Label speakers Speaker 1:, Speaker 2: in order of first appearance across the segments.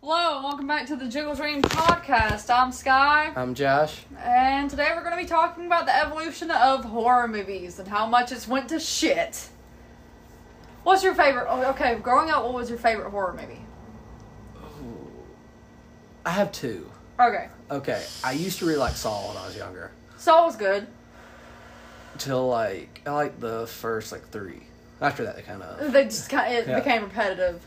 Speaker 1: Hello, and welcome back to the Jiggle Dream podcast. I'm Sky,
Speaker 2: I'm Um, Josh.
Speaker 1: and today we're going to be talking about the evolution of horror movies and how much it's went to shit. What's your favorite? oh, Okay, growing up, what was your favorite horror movie?
Speaker 2: I have two.
Speaker 1: Okay,
Speaker 2: Okay, I used to really like Saw when I was younger.
Speaker 1: Saw was good.
Speaker 2: Till like I like the first like three. After that, they kind of
Speaker 1: They just kind it
Speaker 2: Yeah.
Speaker 1: became repetitive.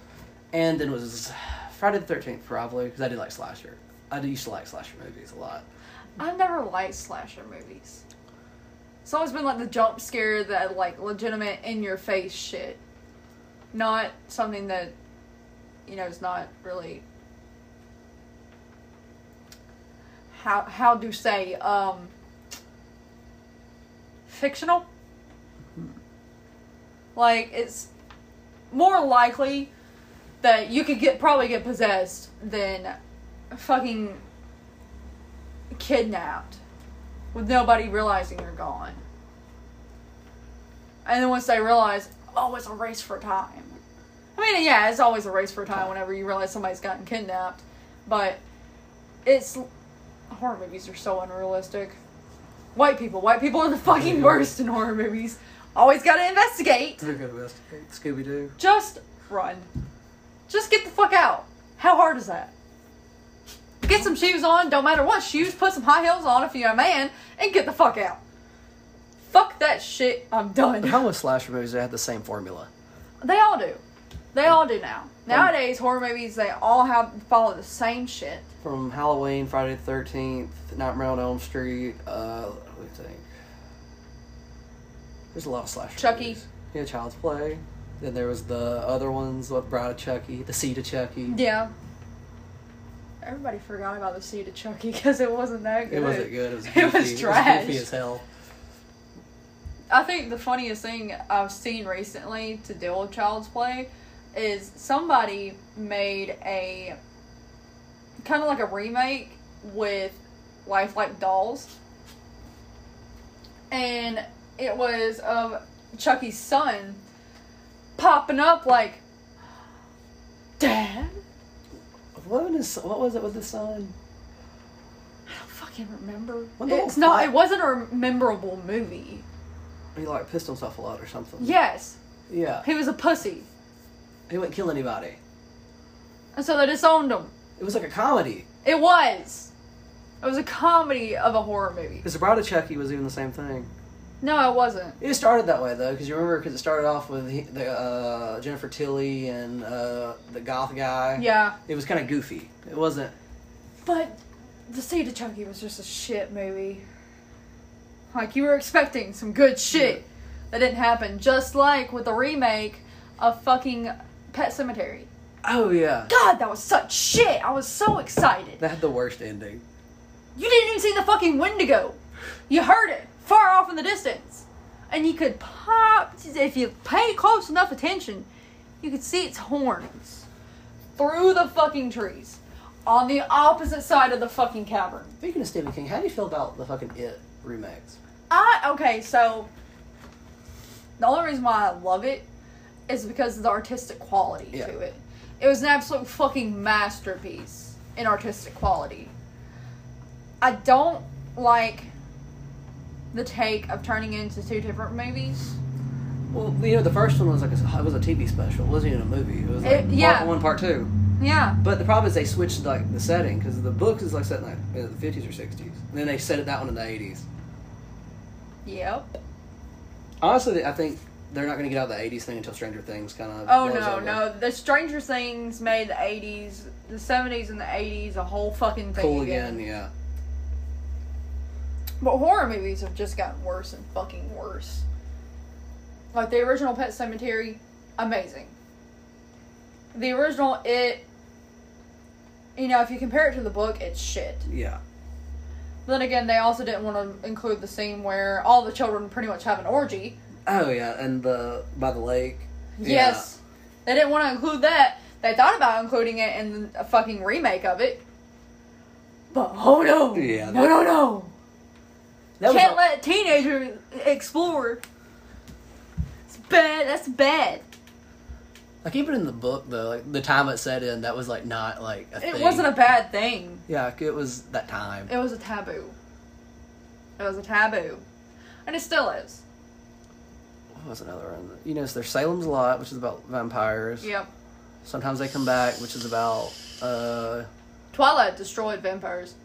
Speaker 2: and then was Friday the Thirteenth probably because I did like slasher. I did- used to like slasher movies a lot.
Speaker 1: I've never liked slasher movies. It's always been like the jump scare that like legitimate in your face shit. Not something that you know is not really how how do you say um fictional? Like it's more likely that you could get probably get possessed than fucking kidnapped with nobody realizing you're gone. And then once they realize, oh, it's a race for time. I mean, yeah, it's always a race for time whenever you realize somebody's gotten kidnapped, but it's horror movies are so unrealistic. White people, white people are the fucking worst in horror movies. Always gotta investigate.
Speaker 2: They're good with Scooby Doo.
Speaker 1: Just run. Just get the fuck out. How hard is that? Get some shoes on, don't matter what shoes, put some high heels on if you're a man, and get the fuck out. Fuck that shit, I'm done.
Speaker 2: How was slasher movies? They had the same formula.
Speaker 1: They all do. They all do now. Nowadays, horror movies, they all have follow the same shit.
Speaker 2: From Halloween, Friday the Thirteenth, Nightmare on Elm Street. Uh, what do you think? There's a lot of slasher.
Speaker 1: Chucky.
Speaker 2: movies. Yeah, Child's Play. Then there was the other ones, what Bride of Chucky, The Seed of Chucky.
Speaker 1: Yeah. Everybody forgot about the seed of Chucky because it wasn't that good.
Speaker 2: It wasn't good. It was
Speaker 1: It
Speaker 2: goofy.
Speaker 1: was trash.
Speaker 2: goofy as hell.
Speaker 1: I think the funniest thing I've seen recently to deal with child's play is somebody made a kind of like a remake with lifelike dolls. And it was of Chucky's son popping up like, Dad?
Speaker 2: What was what was it with the son?
Speaker 1: I don't fucking remember.
Speaker 2: Well, the
Speaker 1: It's
Speaker 2: whole
Speaker 1: not,
Speaker 2: plot-
Speaker 1: it wasn't a memorable movie.
Speaker 2: He like pissed himself a lot or something.
Speaker 1: Yes,
Speaker 2: Yeah.
Speaker 1: he was a pussy.
Speaker 2: He wouldn't kill anybody.
Speaker 1: And so they disowned him.
Speaker 2: It was like a comedy.
Speaker 1: It was. It was a comedy of a horror movie.
Speaker 2: Because the Bride of Chucky was even the same thing.
Speaker 1: No, it wasn't.
Speaker 2: It started that way though, because you remember, because it started off with he, the uh, Jennifer Tilly and uh, the goth guy.
Speaker 1: Yeah.
Speaker 2: It was kind of goofy. It wasn't.
Speaker 1: But The Seed of Chucky was just a shit movie. Like, you were expecting some good shit
Speaker 2: Yeah.
Speaker 1: that didn't happen. Just like with the remake of fucking Pet Cemetery.
Speaker 2: Oh yeah.
Speaker 1: God, that was such shit! I was so excited.
Speaker 2: That had the worst ending.
Speaker 1: You didn't even see the fucking Wendigo. You heard it far off in the distance. And you could pop, if you paid close enough attention, you could see its horns through the fucking trees on the opposite side of the fucking cavern.
Speaker 2: Speaking of Stephen King, how do you feel about the fucking It remakes?
Speaker 1: I, okay, so the only reason why I love it is because of the artistic quality
Speaker 2: Yeah.
Speaker 1: to it. It was an absolute fucking masterpiece in artistic quality. I don't like the take of turning it into two different movies.
Speaker 2: Well, you know, the first one was like a, it was a TV special. It wasn't even a movie. It was like
Speaker 1: It- yeah.
Speaker 2: part one, part two.
Speaker 1: Yeah.
Speaker 2: But the problem is they switched like the setting because the book is like set in like, uh, the fifties or sixties. Then they set it that one in the eighties.
Speaker 1: Yep.
Speaker 2: Honestly, they- I think they're not going to get out of the eighties thing until Stranger Things kind of.
Speaker 1: Oh no, no. The Stranger Things made the 80s, the 70s, and the 80s a whole fucking thing.
Speaker 2: Cool again, yeah.
Speaker 1: But horror movies have just gotten worse and fucking worse. Like the original Pet Cemetery, amazing. The original It, you know, if you compare it to the book, it's shit.
Speaker 2: Yeah.
Speaker 1: But then again, they also didn't want to include the scene where all the children pretty much have an orgy.
Speaker 2: Oh yeah, and the by the lake.
Speaker 1: Yes, they didn't want to include that. They thought about including it in a fucking remake of it. But oh no!
Speaker 2: Yeah,
Speaker 1: no, no, no!
Speaker 2: Yeah. That
Speaker 1: Can't
Speaker 2: was,
Speaker 1: let a teenager explore. It's bad. That's bad.
Speaker 2: Like even in the book though, like the time it set in, that was like not like a
Speaker 1: It wasn't a bad thing.
Speaker 2: yeah, like, it was that time.
Speaker 1: It was a taboo. It was a taboo. And it still is.
Speaker 2: What was another one? You notice there's Salem's Lot, which is about vampires.
Speaker 1: Yep.
Speaker 2: Sometimes they come back, which is about uh
Speaker 1: Twilight destroyed vampires.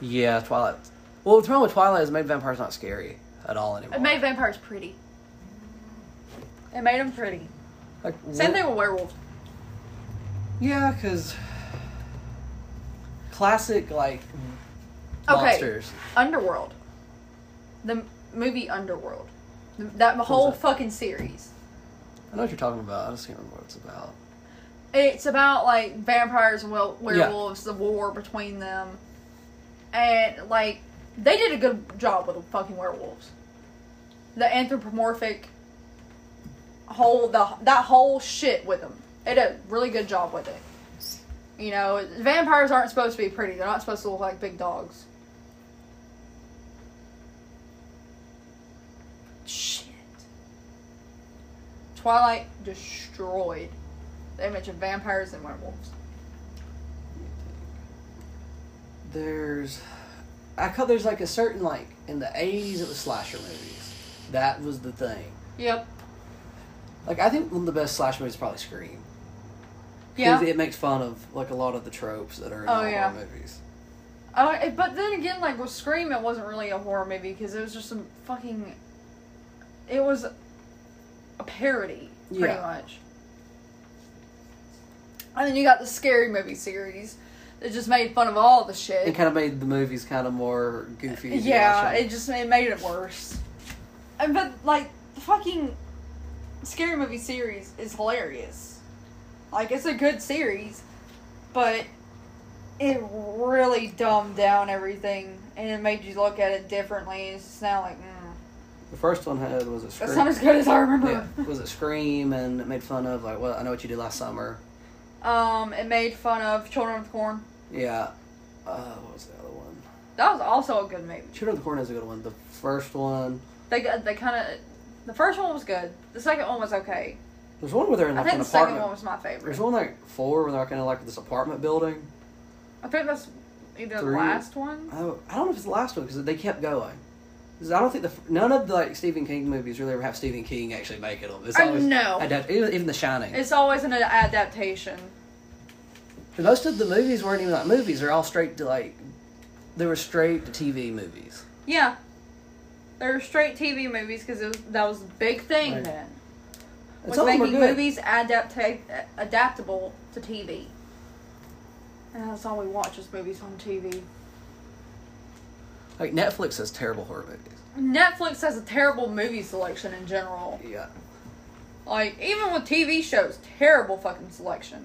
Speaker 2: yeah Twilight. Well, the problem with Twilight is it made vampires not scary at all anymore.
Speaker 1: It made vampires pretty. It made them pretty.
Speaker 2: like,
Speaker 1: Same
Speaker 2: wh-
Speaker 1: thing with werewolves.
Speaker 2: Yeah, because classic like
Speaker 1: Okay.
Speaker 2: monsters.
Speaker 1: Underworld. The m- movie Underworld. The- That whole
Speaker 2: that?
Speaker 1: fucking series.
Speaker 2: I know what you're talking about. I just can't remember what it's about.
Speaker 1: It's about like vampires and wel- werewolves, the war between them, and like they did a good job with the fucking werewolves. The anthropomorphic whole the that whole shit with them. They did a really good job with it. You know, vampires aren't supposed to be pretty. They're not supposed to look like big dogs. Shit. Twilight destroyed they mentioned vampires and werewolves.
Speaker 2: There's, I call there's like a certain like in the '80s it was slasher movies. That was the thing.
Speaker 1: Yep.
Speaker 2: Like I think one of the best slasher movies is probably Scream. 'Cause
Speaker 1: Yeah.
Speaker 2: It makes fun of like a lot of the tropes that are in
Speaker 1: Oh,
Speaker 2: all
Speaker 1: yeah.
Speaker 2: horror movies.
Speaker 1: Oh, it- but then again, like with Scream, it wasn't really a horror movie because it was just some fucking. It was a parody, pretty
Speaker 2: Yeah.
Speaker 1: much. And then you got the scary movie series that just made fun of all the shit.
Speaker 2: It kind of made the movies kind of more goofy. to
Speaker 1: yeah,
Speaker 2: watch.
Speaker 1: it just it made it worse. And but like the fucking scary movie series is hilarious. Like it's a good series, but it really dumbed down everything and it made you look at it differently. It's just now like mm,
Speaker 2: the first one had was it Scream.
Speaker 1: that's not as good as I
Speaker 2: yeah,
Speaker 1: remember.
Speaker 2: was it Scream and it made fun of like well I know what you did last summer.
Speaker 1: Um, it made fun of Children of the Corn.
Speaker 2: Yeah. Uh, what was the other one?
Speaker 1: That was also a good movie.
Speaker 2: Children of the Corn is a good one. The first one.
Speaker 1: They got they kind of the first one was good. The second one was okay.
Speaker 2: There's one where they're in
Speaker 1: I
Speaker 2: like
Speaker 1: think
Speaker 2: an
Speaker 1: the
Speaker 2: apartment.
Speaker 1: second one was my favorite.
Speaker 2: There's one like four where they're like in like this apartment building.
Speaker 1: I think that's either the
Speaker 2: Three.
Speaker 1: last one.
Speaker 2: I don't, I don't know if it's the last one because they kept going. 'Cause I don't think the f- none of the like Stephen King movies really ever have Stephen King actually make it. It's
Speaker 1: I
Speaker 2: always
Speaker 1: know.
Speaker 2: adapt- even, even The Shining.
Speaker 1: Oh, It's always an adaptation.
Speaker 2: Most of the movies weren't even like movies. They're all straight to like they were straight to TV movies.
Speaker 1: Yeah. There were straight TV movies because that was a big thing
Speaker 2: Right.
Speaker 1: then.
Speaker 2: And
Speaker 1: Was
Speaker 2: some of them were
Speaker 1: making
Speaker 2: good.
Speaker 1: movies adapta- adaptable to TV. And that's all we watch is movies on TV.
Speaker 2: Like Netflix has terrible horror movies.
Speaker 1: Netflix has a terrible movie selection in general.
Speaker 2: Yeah.
Speaker 1: Like, even with TV shows, terrible fucking selection.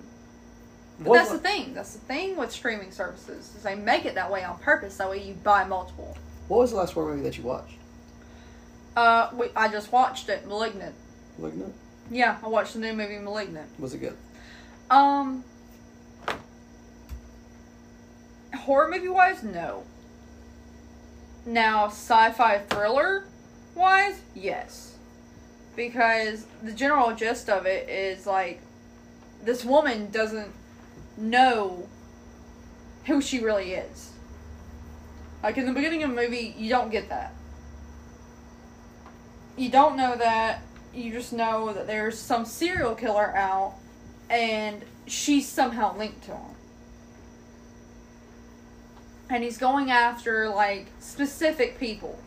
Speaker 1: But
Speaker 2: What-
Speaker 1: that's the thing. That's the thing with streaming services is they make it that way on purpose. That way you buy multiple.
Speaker 2: What was the last horror movie that you watched?
Speaker 1: Uh, we, I just watched it, *Malignant*.
Speaker 2: Malignant?
Speaker 1: Yeah, I watched the new movie Malignant.
Speaker 2: Was it good?
Speaker 1: Um horror movie wise, no. Now sci-fi thriller wise, yes. Because the general gist of it is like this woman doesn't know who she really is. Like in the beginning of the movie, you don't get that. You don't know that. You just know that there's some serial killer out and she's somehow linked to him. And he's going after like specific people.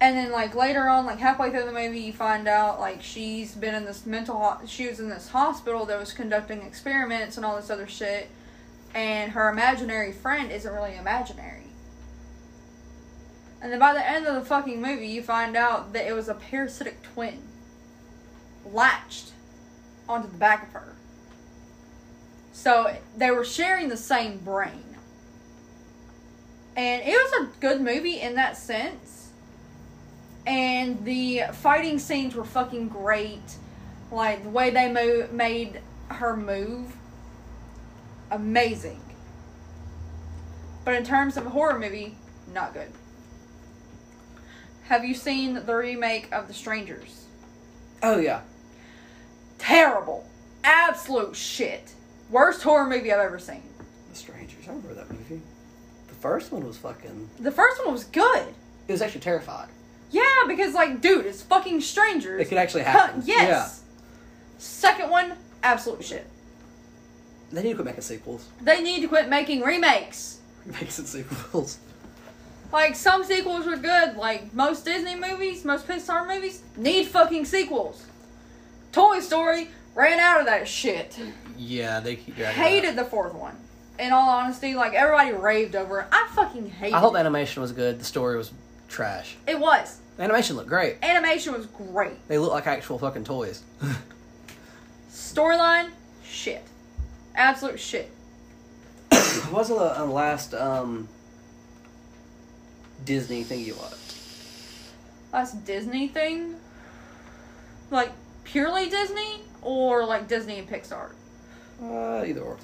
Speaker 1: And then like later on, like halfway through the movie, you find out like she's been in this mental ho- she was in this hospital that was conducting experiments and all this other shit. And her imaginary friend isn't really imaginary. And then by the end of the fucking movie, you find out that it was a parasitic twin latched onto the back of her. So they were sharing the same brain. And it was a good movie in that sense. And the fighting scenes were fucking great. Like the way they mo- made her move, amazing. But in terms of a horror movie, not good. Have you seen the remake of The Strangers?
Speaker 2: Oh yeah.
Speaker 1: Terrible. Absolute shit. Worst horror movie I've ever seen.
Speaker 2: The Strangers. I remember that movie. The first one was fucking.
Speaker 1: The first one was good.
Speaker 2: It was actually terrifying.
Speaker 1: Yeah, because like, dude, it's fucking strangers.
Speaker 2: It could actually happen.
Speaker 1: yes. Second one, absolute shit.
Speaker 2: They need to quit making sequels.
Speaker 1: They need to quit making remakes.
Speaker 2: Making some sequels.
Speaker 1: Like some sequels are good, like most Disney movies, most Pixar movies need fucking sequels. Toy Story ran out of that shit.
Speaker 2: Yeah, they keep dragging. it out.
Speaker 1: Hated the fourth one. In all honesty, like everybody raved over it. I fucking hated
Speaker 2: I hope
Speaker 1: it.
Speaker 2: animation was good. The story was trash.
Speaker 1: It was.
Speaker 2: The animation looked great.
Speaker 1: Animation was great.
Speaker 2: They look like actual fucking toys.
Speaker 1: Storyline, shit. Absolute shit.
Speaker 2: What's the uh, last um, Disney thing you watched?
Speaker 1: Last Disney thing? Like purely Disney or like Disney and Pixar?
Speaker 2: Uh, either or.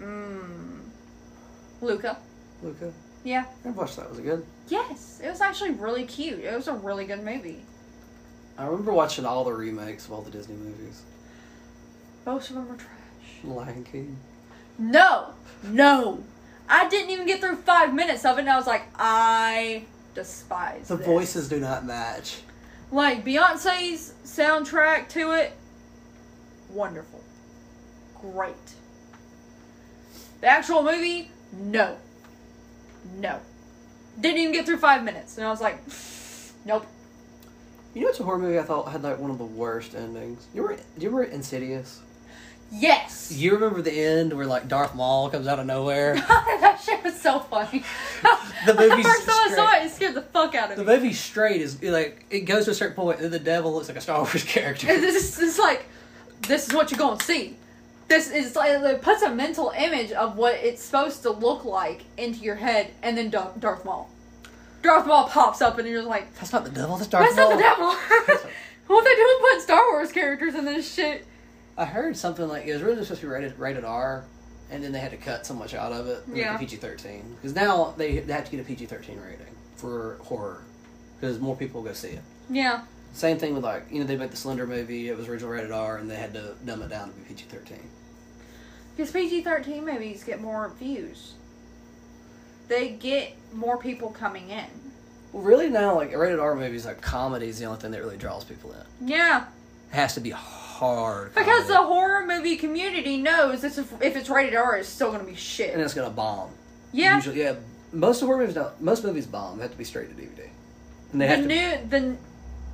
Speaker 1: Mmm. Luca.
Speaker 2: Luca.
Speaker 1: Yeah.
Speaker 2: I watched that. Was it good?
Speaker 1: Yes, it was actually really cute. It was a really good movie.
Speaker 2: I remember watching all the remakes of all the Disney movies.
Speaker 1: Most of them were trash.
Speaker 2: Lion King.
Speaker 1: No, no. I didn't even get through five minutes of it, and I was like, I despise
Speaker 2: The
Speaker 1: this.
Speaker 2: voices do not match.
Speaker 1: Like Beyonce's soundtrack to it, wonderful, great. The actual movie, no, no. Didn't even get through five minutes, and I was like, nope.
Speaker 2: You know what's a horror movie I thought had like one of the worst endings? You were do you remember Insidious?
Speaker 1: Yes.
Speaker 2: You remember the end where like Darth Maul comes out of nowhere?
Speaker 1: that shit was so funny.
Speaker 2: The movie's
Speaker 1: the first time I saw
Speaker 2: straight-
Speaker 1: it, it scared the fuck out of
Speaker 2: the
Speaker 1: me.
Speaker 2: movie straight is like it goes to a certain point and the devil looks like a Star Wars
Speaker 1: It's,
Speaker 2: character.
Speaker 1: it's, it's like, this is what you're gonna see. This is like it puts a mental image of what it's supposed to look like into your head, and then Dar- Darth Maul. Darth Maul pops up, and you're like,
Speaker 2: That's not the devil. That's Darth
Speaker 1: "That's not the
Speaker 2: Maul.
Speaker 1: devil." what they do put Star Wars characters in this shit?
Speaker 2: I heard something like it was really supposed to be rated rated R, and then they had to cut so much out of it. and make
Speaker 1: Yeah.
Speaker 2: it PG thirteen because now they, they have to get a PG thirteen rating for horror because more people go see it.
Speaker 1: Yeah,
Speaker 2: Same thing with like you know they made the Slender movie. It was original rated R, and they had to dumb it down to be PG thirteen.
Speaker 1: because PG-13 movies get more views. They get more people coming in.
Speaker 2: Well, really now like rated R movies like comedy is the only thing that really draws people in. It
Speaker 1: Yeah.
Speaker 2: has to be hard
Speaker 1: Because the
Speaker 2: comedy,
Speaker 1: horror movie community knows this if, if it's rated R, it's still gonna be
Speaker 2: and
Speaker 1: shit.
Speaker 2: it's gonna bomb.
Speaker 1: Yeah,
Speaker 2: Usually, yeah. Most horror movies don't. Most movies bomb. They have to be straight to DVD. And they
Speaker 1: the
Speaker 2: have to.
Speaker 1: new the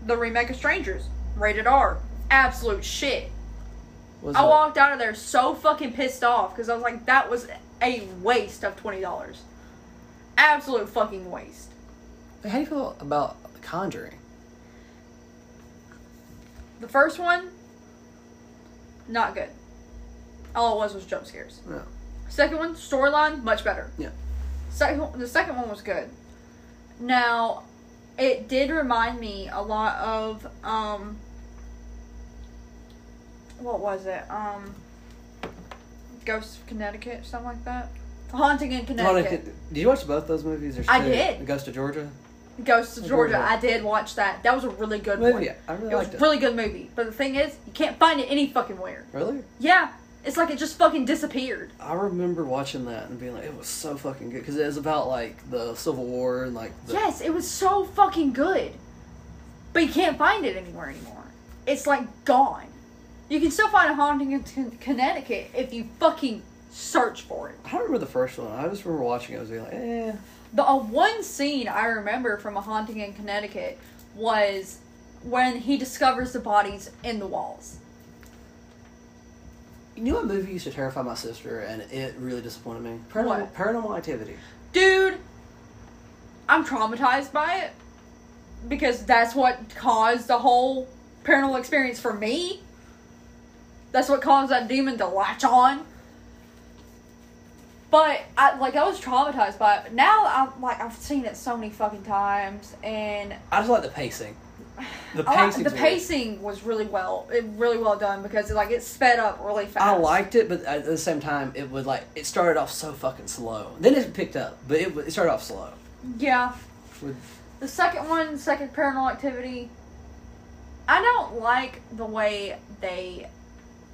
Speaker 1: the remake of Strangers, rated R, absolute shit.
Speaker 2: was
Speaker 1: I
Speaker 2: it-
Speaker 1: walked out of there so fucking pissed off because I was like, that was a waste of twenty dollars, absolute fucking waste.
Speaker 2: How do you feel about The Conjuring?
Speaker 1: The first one, not good. All it was was jump scares.
Speaker 2: No.
Speaker 1: Second one, storyline, much better.
Speaker 2: Oh, Yeah.
Speaker 1: Second, the second one was good. Now, it did remind me a lot of um, what was it? Um, Ghosts of Connecticut, something like that. Haunting in Connecticut.
Speaker 2: Veronica, Did you watch both those movies? There's
Speaker 1: I
Speaker 2: two.
Speaker 1: did.
Speaker 2: The Ghost of Georgia.
Speaker 1: Ghosts of Georgia.
Speaker 2: Georgia.
Speaker 1: I did watch that. That was a really good
Speaker 2: Movie,
Speaker 1: one.
Speaker 2: yeah, I really
Speaker 1: it was
Speaker 2: liked it.
Speaker 1: really good movie. But the thing is, you can't find it any fucking where.
Speaker 2: Really?
Speaker 1: Yeah, it's like it just fucking disappeared.
Speaker 2: I remember watching that and being like, it was so fucking good because it was about like the Civil War and like the,
Speaker 1: Yes, it was so fucking good. But you can't find it anywhere anymore. It's like gone. You can still find a haunting in Con- Connecticut if you fucking search for it.
Speaker 2: I don't remember the first one. I just remember watching it and being like, eh.
Speaker 1: The uh, one scene I remember from a haunting in Connecticut was when he discovers the bodies in the walls.
Speaker 2: You know what movie used to terrify my sister and it really disappointed me? Paranormal,
Speaker 1: What?
Speaker 2: Paranormal Activity.
Speaker 1: Dude, I'm traumatized by it because that's what caused the whole paranormal experience for me. That's what caused that demon to latch on. But I like I was traumatized by it. Now I'm like I've seen it so many fucking times, and
Speaker 2: I just like the pacing. The
Speaker 1: I like-
Speaker 2: pacing.
Speaker 1: the pacing was really well, it really well done because it, like it sped up really fast.
Speaker 2: I liked it, but at the same time, it would like it started off so fucking slow. Then it picked up, but it, it started off slow.
Speaker 1: yeah.
Speaker 2: With
Speaker 1: The second one, second paranormal activity, I don't like the way they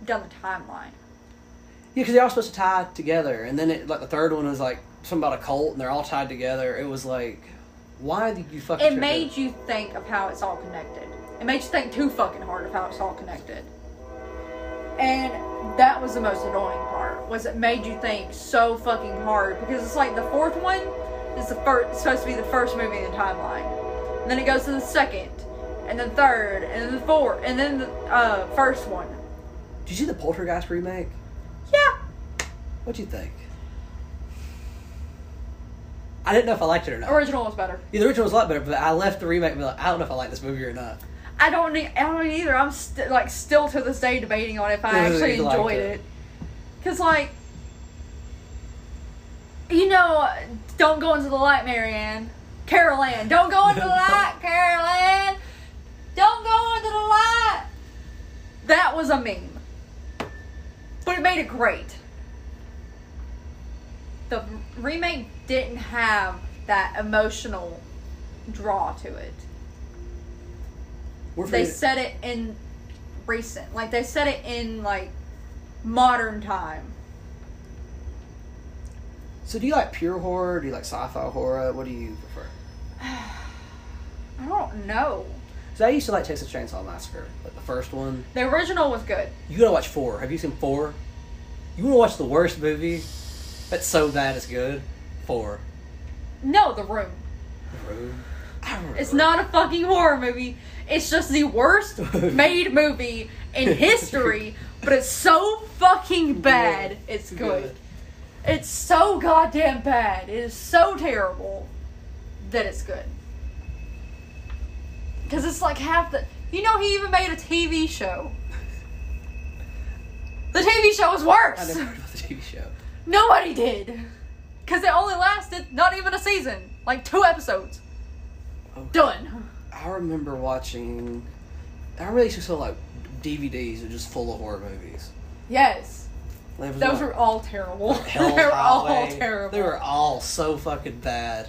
Speaker 1: done the timeline.
Speaker 2: Yeah, because they're all supposed to tie together, and then it, like the third one was like something about a cult, and they're all tied together. It was like, why did you fucking?
Speaker 1: It
Speaker 2: trip
Speaker 1: made you think of how it's all connected. It made you think too fucking hard of how it's all connected. And that was the most annoying part. Was it made you think so fucking hard because it's like the fourth one is the first supposed to be the first movie in the timeline, and then it goes to the second, and then third, and then the fourth, and then the uh, first one.
Speaker 2: Did you see the Poltergeist remake?
Speaker 1: Yeah,
Speaker 2: What'd you think? I didn't know if I liked it or not.
Speaker 1: original was better.
Speaker 2: yeah, the original was a lot better, but I left the remake. and be Like, I don't know if I like this movie or not.
Speaker 1: I don't need. I don't either. I'm st- like still to this day debating on if I
Speaker 2: Really
Speaker 1: actually
Speaker 2: liked
Speaker 1: enjoyed it.
Speaker 2: it.
Speaker 1: Cause like, you know, don't go into the light, Marianne. Carol Ann, don't go into the light, Carol Ann. Don't go into the light. That was a meme, but it made it great. The remake didn't have that emotional draw to it
Speaker 2: We're
Speaker 1: they
Speaker 2: forgetting-
Speaker 1: said it in recent like they said it in like modern time
Speaker 2: so do you like pure horror? Do you like sci-fi horror? What do you prefer?
Speaker 1: i don't know
Speaker 2: So I used to like Texas Chainsaw Massacre, like the first one.
Speaker 1: the original was good
Speaker 2: You gotta watch four. Have you seen four? You wanna watch the worst movie? That's so bad it's good. Four.
Speaker 1: no the room
Speaker 2: The Room. I remember.
Speaker 1: it's not a fucking horror movie it's just the worst made movie in history but it's so fucking bad it's good it's so goddamn bad it is so terrible that it's good because it's like half the you know he even made a tv show the tv show was
Speaker 2: I
Speaker 1: worse
Speaker 2: never heard about the TV show.
Speaker 1: nobody did because it only lasted not even a season like two episodes
Speaker 2: Oh.
Speaker 1: done
Speaker 2: I remember watching. I remember they used to sell like DVDs that were just full of horror movies.
Speaker 1: yes
Speaker 2: They was
Speaker 1: those
Speaker 2: like,
Speaker 1: were all terrible
Speaker 2: Hell's
Speaker 1: they were all
Speaker 2: Highway.
Speaker 1: terrible
Speaker 2: They were all so fucking bad.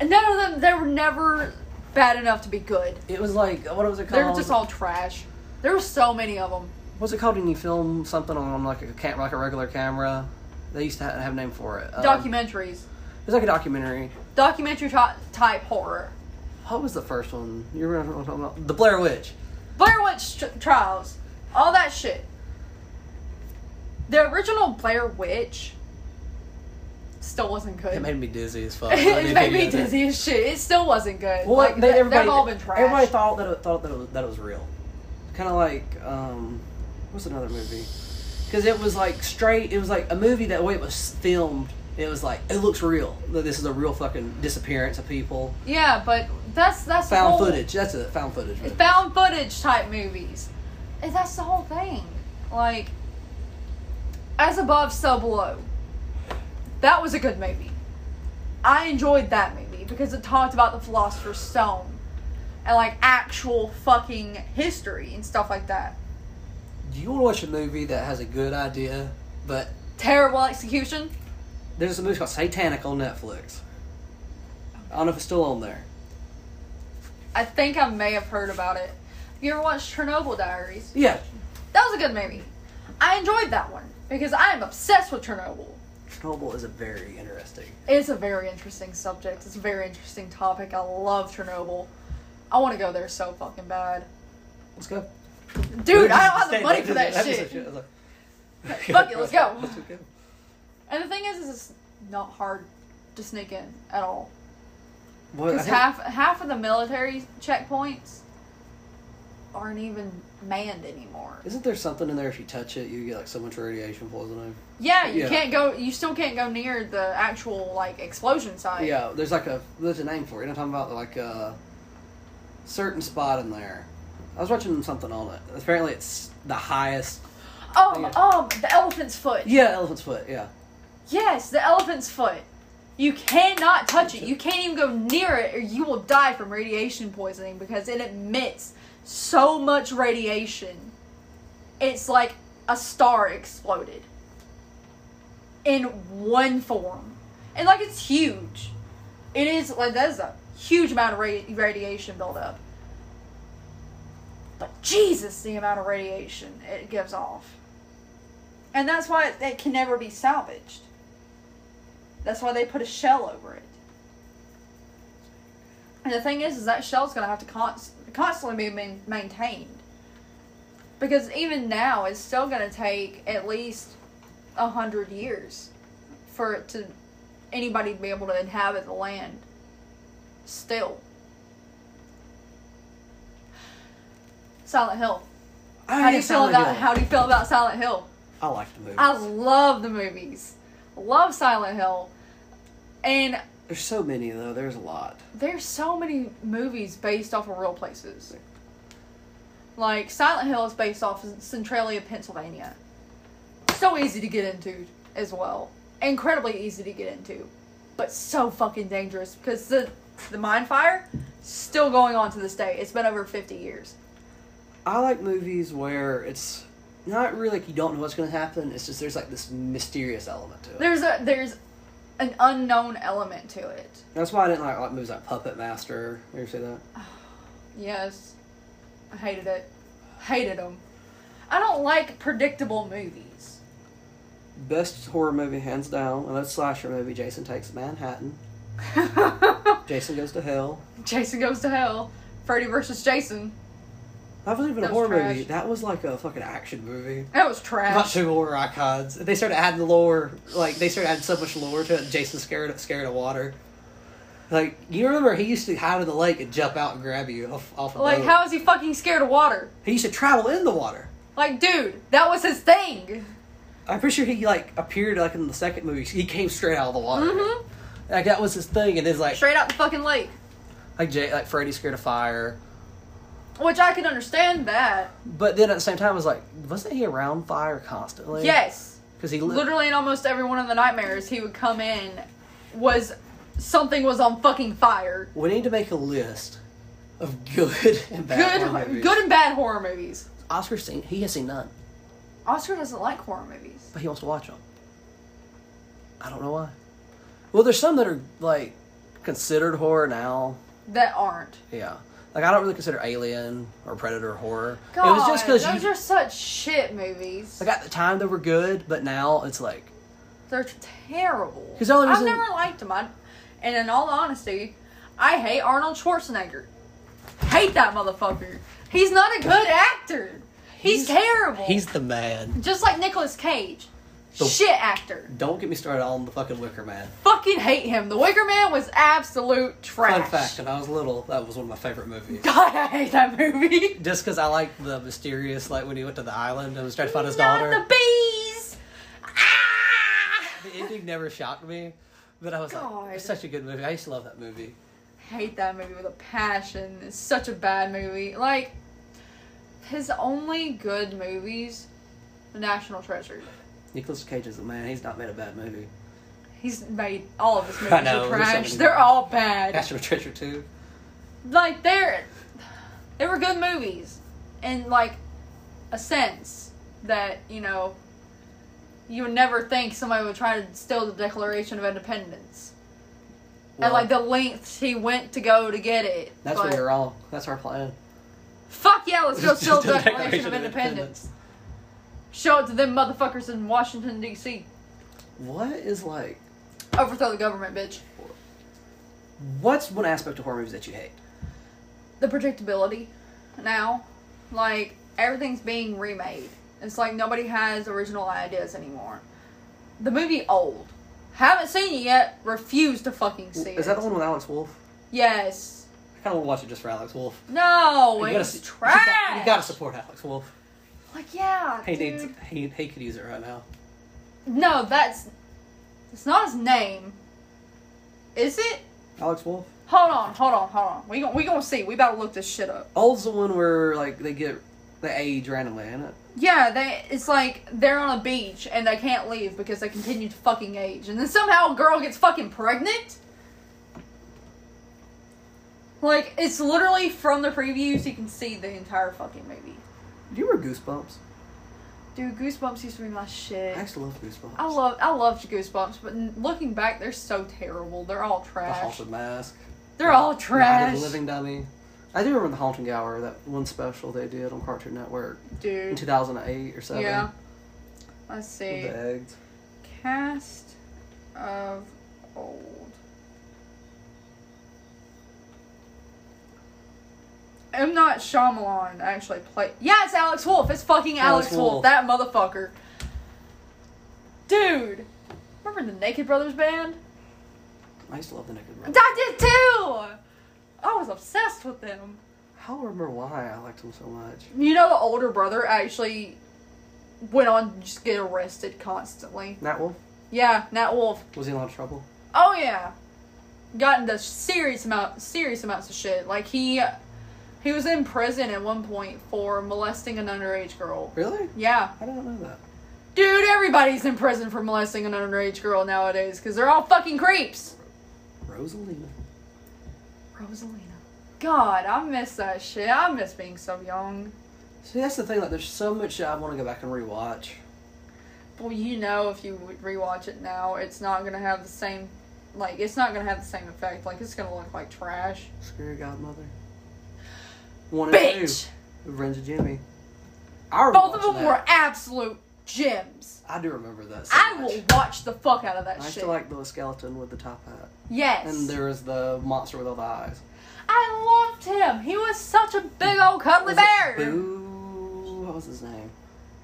Speaker 1: none of them they were never bad enough to be good
Speaker 2: It was like what was it
Speaker 1: They
Speaker 2: called?
Speaker 1: were just all trash. There were so many of them.
Speaker 2: What's it called when you film something on like a cam- like a regular camera? They used to ha- have a name for it. Um,
Speaker 1: Documentaries.
Speaker 2: It was like a documentary.
Speaker 1: Documentary ty- type horror.
Speaker 2: What was the first one? You remember what I'm talking about? The Blair Witch.
Speaker 1: Blair Witch tr- Trials. All that shit. The original Blair Witch still wasn't good.
Speaker 2: It made me dizzy as fuck. I
Speaker 1: it
Speaker 2: didn't
Speaker 1: made
Speaker 2: think
Speaker 1: me
Speaker 2: of it.
Speaker 1: dizzy as shit. It still wasn't good.
Speaker 2: Well,
Speaker 1: like,
Speaker 2: they-
Speaker 1: they,
Speaker 2: everybody,
Speaker 1: have all been trash.
Speaker 2: Everybody thought that it, thought that it was, that it was real. Kind of like um, what's another movie? Because it was like straight. It was like a movie that way it was filmed. It was like it looks real. That This is a real fucking disappearance of people.
Speaker 1: yeah, but that's that's the
Speaker 2: Found
Speaker 1: whole-
Speaker 2: footage. That's it. Found footage.
Speaker 1: It's
Speaker 2: movie.
Speaker 1: Oh. found footage type movies. And that's the whole thing. Like, as above, so below. That was a good movie. I enjoyed that movie because it talked about the Philosopher's Stone and like actual fucking history and stuff like that.
Speaker 2: Do you want to watch a movie that has a good idea, but
Speaker 1: Terrible execution.
Speaker 2: there's a movie called Satanic on Netflix. I don't know if it's still on there.
Speaker 1: I think I may have heard about it. You ever watched Chernobyl Diaries?
Speaker 2: Yeah,
Speaker 1: That was a good movie. I enjoyed that one because I am obsessed with Chernobyl.
Speaker 2: Chernobyl is a very interesting.
Speaker 1: It's a very interesting subject. It's a very interesting topic. I love Chernobyl. I want to go there so fucking bad.
Speaker 2: Let's go.
Speaker 1: Dude, I don't have the
Speaker 2: Stay-
Speaker 1: money for that
Speaker 2: that's a
Speaker 1: shit.
Speaker 2: I was like-
Speaker 1: Fuck it, let's go.
Speaker 2: Let's go.
Speaker 1: And the thing is, is it's not hard to sneak in at all.
Speaker 2: Well, I
Speaker 1: Because
Speaker 2: think-
Speaker 1: half, half of the military checkpoints aren't even manned anymore.
Speaker 2: Isn't there something in there if you touch it, you get like so much radiation poisoning?
Speaker 1: Yeah, you
Speaker 2: Yeah.
Speaker 1: can't go, you still can't go near the actual, like, explosion site.
Speaker 2: Yeah, there's like a there's a name for it. You know what I'm talking about? Like a certain spot in there. I was watching something on it. Apparently, it's the highest.
Speaker 1: Um,
Speaker 2: Yeah.
Speaker 1: um, the elephant's foot.
Speaker 2: Yeah, elephant's foot. Yeah,
Speaker 1: Yes, the elephant's foot. You cannot touch it. You can't even go near it, or you will die from radiation poisoning because it emits so much radiation. It's like a star exploded in one form. And, like, it's huge. It is, like, that is a huge amount of ra- radiation buildup. But Jesus, the amount of radiation it gives off. And that's why it, it can never be salvaged. That's why they put a shell over it. And the thing is, is that shell's going to have to const- constantly be main- maintained. Because even now, it's still going to take at least a hundred years for it to anybody to be able to inhabit the land. Still. Silent Hill.
Speaker 2: I
Speaker 1: How do you
Speaker 2: hate
Speaker 1: feel
Speaker 2: Silent
Speaker 1: about
Speaker 2: Hill.
Speaker 1: how do you feel about Silent Hill?
Speaker 2: I like the movie.
Speaker 1: I love the movies. Love Silent Hill. And
Speaker 2: There's so many though. There's a lot.
Speaker 1: there's so many movies based off of real places. Like Silent Hill is based off of Centralia, Pennsylvania. So easy to get into as well. Incredibly easy to get into, but so fucking dangerous because the the mine fire still going on to this day. It's been over 50 years.
Speaker 2: I like movies where it's not really like you don't know what's going to happen. It's just there's like this mysterious element to it.
Speaker 1: There's a there's an unknown element to it.
Speaker 2: That's why I didn't like, like movies like Puppet Master. You ever see that?
Speaker 1: Yes. I hated it. Hated them. I don't like predictable movies.
Speaker 2: Best horror movie hands down. And that's slasher movie. Jason Takes Manhattan. Jason Goes to Hell.
Speaker 1: Jason Goes to Hell, Freddy versus Jason.
Speaker 2: That wasn't even
Speaker 1: That
Speaker 2: a
Speaker 1: was
Speaker 2: horror
Speaker 1: trash.
Speaker 2: movie. That was like a fucking action movie.
Speaker 1: That was
Speaker 2: Not
Speaker 1: trash.
Speaker 2: two horror icons. They started adding lore. Like they started adding so much lore to it. Jason scared scared of water. Like you remember, he used to hide in the lake and jump out and grab you off off. a
Speaker 1: Like,
Speaker 2: boat.
Speaker 1: how is he fucking scared of water?
Speaker 2: He used to travel in the water.
Speaker 1: Like, dude, that was his thing.
Speaker 2: I'm pretty sure he like appeared like in the second movie. He came straight out of the water.
Speaker 1: Mhm.
Speaker 2: Like that was his thing. And it's like
Speaker 1: Straight out the fucking lake.
Speaker 2: like Jay, like Freddy scared of fire.
Speaker 1: Which I can understand that.
Speaker 2: But then at the same time, I was like, wasn't he around fire constantly?
Speaker 1: Yes.
Speaker 2: because he literally.
Speaker 1: Literally in almost every one of the nightmares, he would come in, was something was on fucking fire.
Speaker 2: We need to make a list of good and bad horror
Speaker 1: Good,
Speaker 2: movies.
Speaker 1: good and bad horror movies.
Speaker 2: Oscar's seen. He has seen none,
Speaker 1: Oscar doesn't like horror movies.
Speaker 2: but he wants to watch them. I don't know why. Well, there's some that are like considered horror now.
Speaker 1: That aren't.
Speaker 2: Yeah. Like I don't really consider Alien or Predator horror.
Speaker 1: God,
Speaker 2: it was just because
Speaker 1: those
Speaker 2: you
Speaker 1: are such shit movies.
Speaker 2: like at the time they were good, but now it's like
Speaker 1: They're terrible.
Speaker 2: 'Cause the only
Speaker 1: I've
Speaker 2: reason-
Speaker 1: never liked them. I, and in all honesty, I hate Arnold Schwarzenegger. Hate that motherfucker. He's not a good actor. He's, terrible.
Speaker 2: he's the man.
Speaker 1: just like Nicolas Cage.
Speaker 2: The-
Speaker 1: Shit actor.
Speaker 2: Don't get me started on the fucking Wicker Man.
Speaker 1: Fucking hate him. The Wicker Man was absolute trash.
Speaker 2: Fun fact: When I was little, that was one of my favorite movies.
Speaker 1: God, I hate that movie.
Speaker 2: Just because I like the mysterious, like when he went to the island and was trying to find his
Speaker 1: not
Speaker 2: daughter.
Speaker 1: the bees. Ah!
Speaker 2: The ending never shocked me, but I was
Speaker 1: God.
Speaker 2: like, it's such a good movie. I used to love that movie.
Speaker 1: hate that movie with a passion. It's such a bad movie. Like his only good movies, The National Treasure.
Speaker 2: Nicholas Cage is a man. He's not made a bad movie.
Speaker 1: He's made all of his movies
Speaker 2: I know,
Speaker 1: are
Speaker 2: there's so
Speaker 1: trash.
Speaker 2: many.
Speaker 1: They're all bad.
Speaker 2: National Treasure Two.
Speaker 1: Like they're they were good movies, in like a sense that you know you would never think somebody would try to steal the Declaration of Independence.
Speaker 2: Well,
Speaker 1: and like the lengths he went to go to get it.
Speaker 2: that's
Speaker 1: but-
Speaker 2: where you're wrong. That's our plan.
Speaker 1: Fuck yeah, let's go steal the
Speaker 2: The
Speaker 1: Declaration,
Speaker 2: Declaration
Speaker 1: of
Speaker 2: of
Speaker 1: Independence. Show it to them motherfuckers in Washington, D.C.
Speaker 2: What is like?
Speaker 1: Overthrow the government, bitch.
Speaker 2: What's one aspect of horror movies that you hate?
Speaker 1: The predictability now. Like, everything's being remade. It's like nobody has original ideas anymore. The movie Old. Haven't seen it yet. Refuse to fucking see it.
Speaker 2: Is that the one with Alex Wolf?
Speaker 1: Yes.
Speaker 2: I kind of want to watch it just for Alex Wolf.
Speaker 1: No,
Speaker 2: You gotta
Speaker 1: it's
Speaker 2: su-
Speaker 1: trash.
Speaker 2: You gotta, you gotta support Alex Wolf.
Speaker 1: Like, yeah,
Speaker 2: He
Speaker 1: dude.
Speaker 2: needs. He, he could use it right now.
Speaker 1: No, that's... It's not his name. Is it?
Speaker 2: Alex Wolf.
Speaker 1: Hold on, hold on, hold on. We gon' we gonna see. We about to look this shit up.
Speaker 2: Old's the one where like they get they age randomly, isn't it?
Speaker 1: Yeah, they it's like they're on a beach and they can't leave because they continue to fucking age, and then somehow a girl gets fucking pregnant. Like it's literally from the previews, you can see the entire fucking movie.
Speaker 2: Do you remember Goosebumps?
Speaker 1: Dude, Goosebumps used to be my
Speaker 2: I
Speaker 1: shit.
Speaker 2: actually love Goosebumps.
Speaker 1: I love I loved Goosebumps, but n- looking back, they're so terrible. They're all
Speaker 2: the
Speaker 1: trash.
Speaker 2: Haunted Mask.
Speaker 1: They're all
Speaker 2: Night of
Speaker 1: trash.
Speaker 2: the Living Dummy. I do remember the Haunting Hour, that one special they did on Cartoon Network in
Speaker 1: Dude.
Speaker 2: 2008 or seven.
Speaker 1: Yeah. Let's see.
Speaker 2: With the eggs.
Speaker 1: Cast of old. I'm not Shyamalan actually play. Yeah, it's Alex Wolf. It's fucking Alex,
Speaker 2: Alex
Speaker 1: Wolf.
Speaker 2: Wolf.
Speaker 1: That motherfucker. Dude, remember the Naked Brothers band?
Speaker 2: I used to love the Naked Brothers.
Speaker 1: I did too. I was obsessed with them.
Speaker 2: I don't remember why I liked them so much.
Speaker 1: You know, the older brother actually went on to just get arrested constantly.
Speaker 2: Nat Wolf?
Speaker 1: Yeah, Nat Wolf.
Speaker 2: Was he in a lot of trouble?
Speaker 1: Oh yeah, got into serious amount serious amounts of shit. Like he he was in prison at one point for molesting an underage girl.
Speaker 2: Really?
Speaker 1: Yeah,
Speaker 2: I didn't know that.
Speaker 1: dude, everybody's in prison for molesting an underage girl nowadays because they're all fucking creeps.
Speaker 2: Rosalina.
Speaker 1: Rosalina, God, I miss that shit. I miss being so young.
Speaker 2: See, that's the thing. Like, there's so much that I want to go back and rewatch.
Speaker 1: Well, you know, if you would rewatch it now, it's not gonna have the same. Like, it's not gonna have the same effect. Like, it's gonna look like trash.
Speaker 2: Screw your godmother. One and
Speaker 1: Bitch!
Speaker 2: two. Revenge of Jimmy. I remember
Speaker 1: Both of them
Speaker 2: watching
Speaker 1: were
Speaker 2: that.
Speaker 1: absolute gems.
Speaker 2: I do remember that. so
Speaker 1: I
Speaker 2: much.
Speaker 1: will watch the fuck out of that
Speaker 2: I used
Speaker 1: shit.
Speaker 2: to like the skeleton with the top hat,
Speaker 1: yes.
Speaker 2: and there was the monster with all the eyes.
Speaker 1: I loved him. He was such a big old cuddly
Speaker 2: Was it
Speaker 1: Oh, bear.
Speaker 2: Boo. What was his name?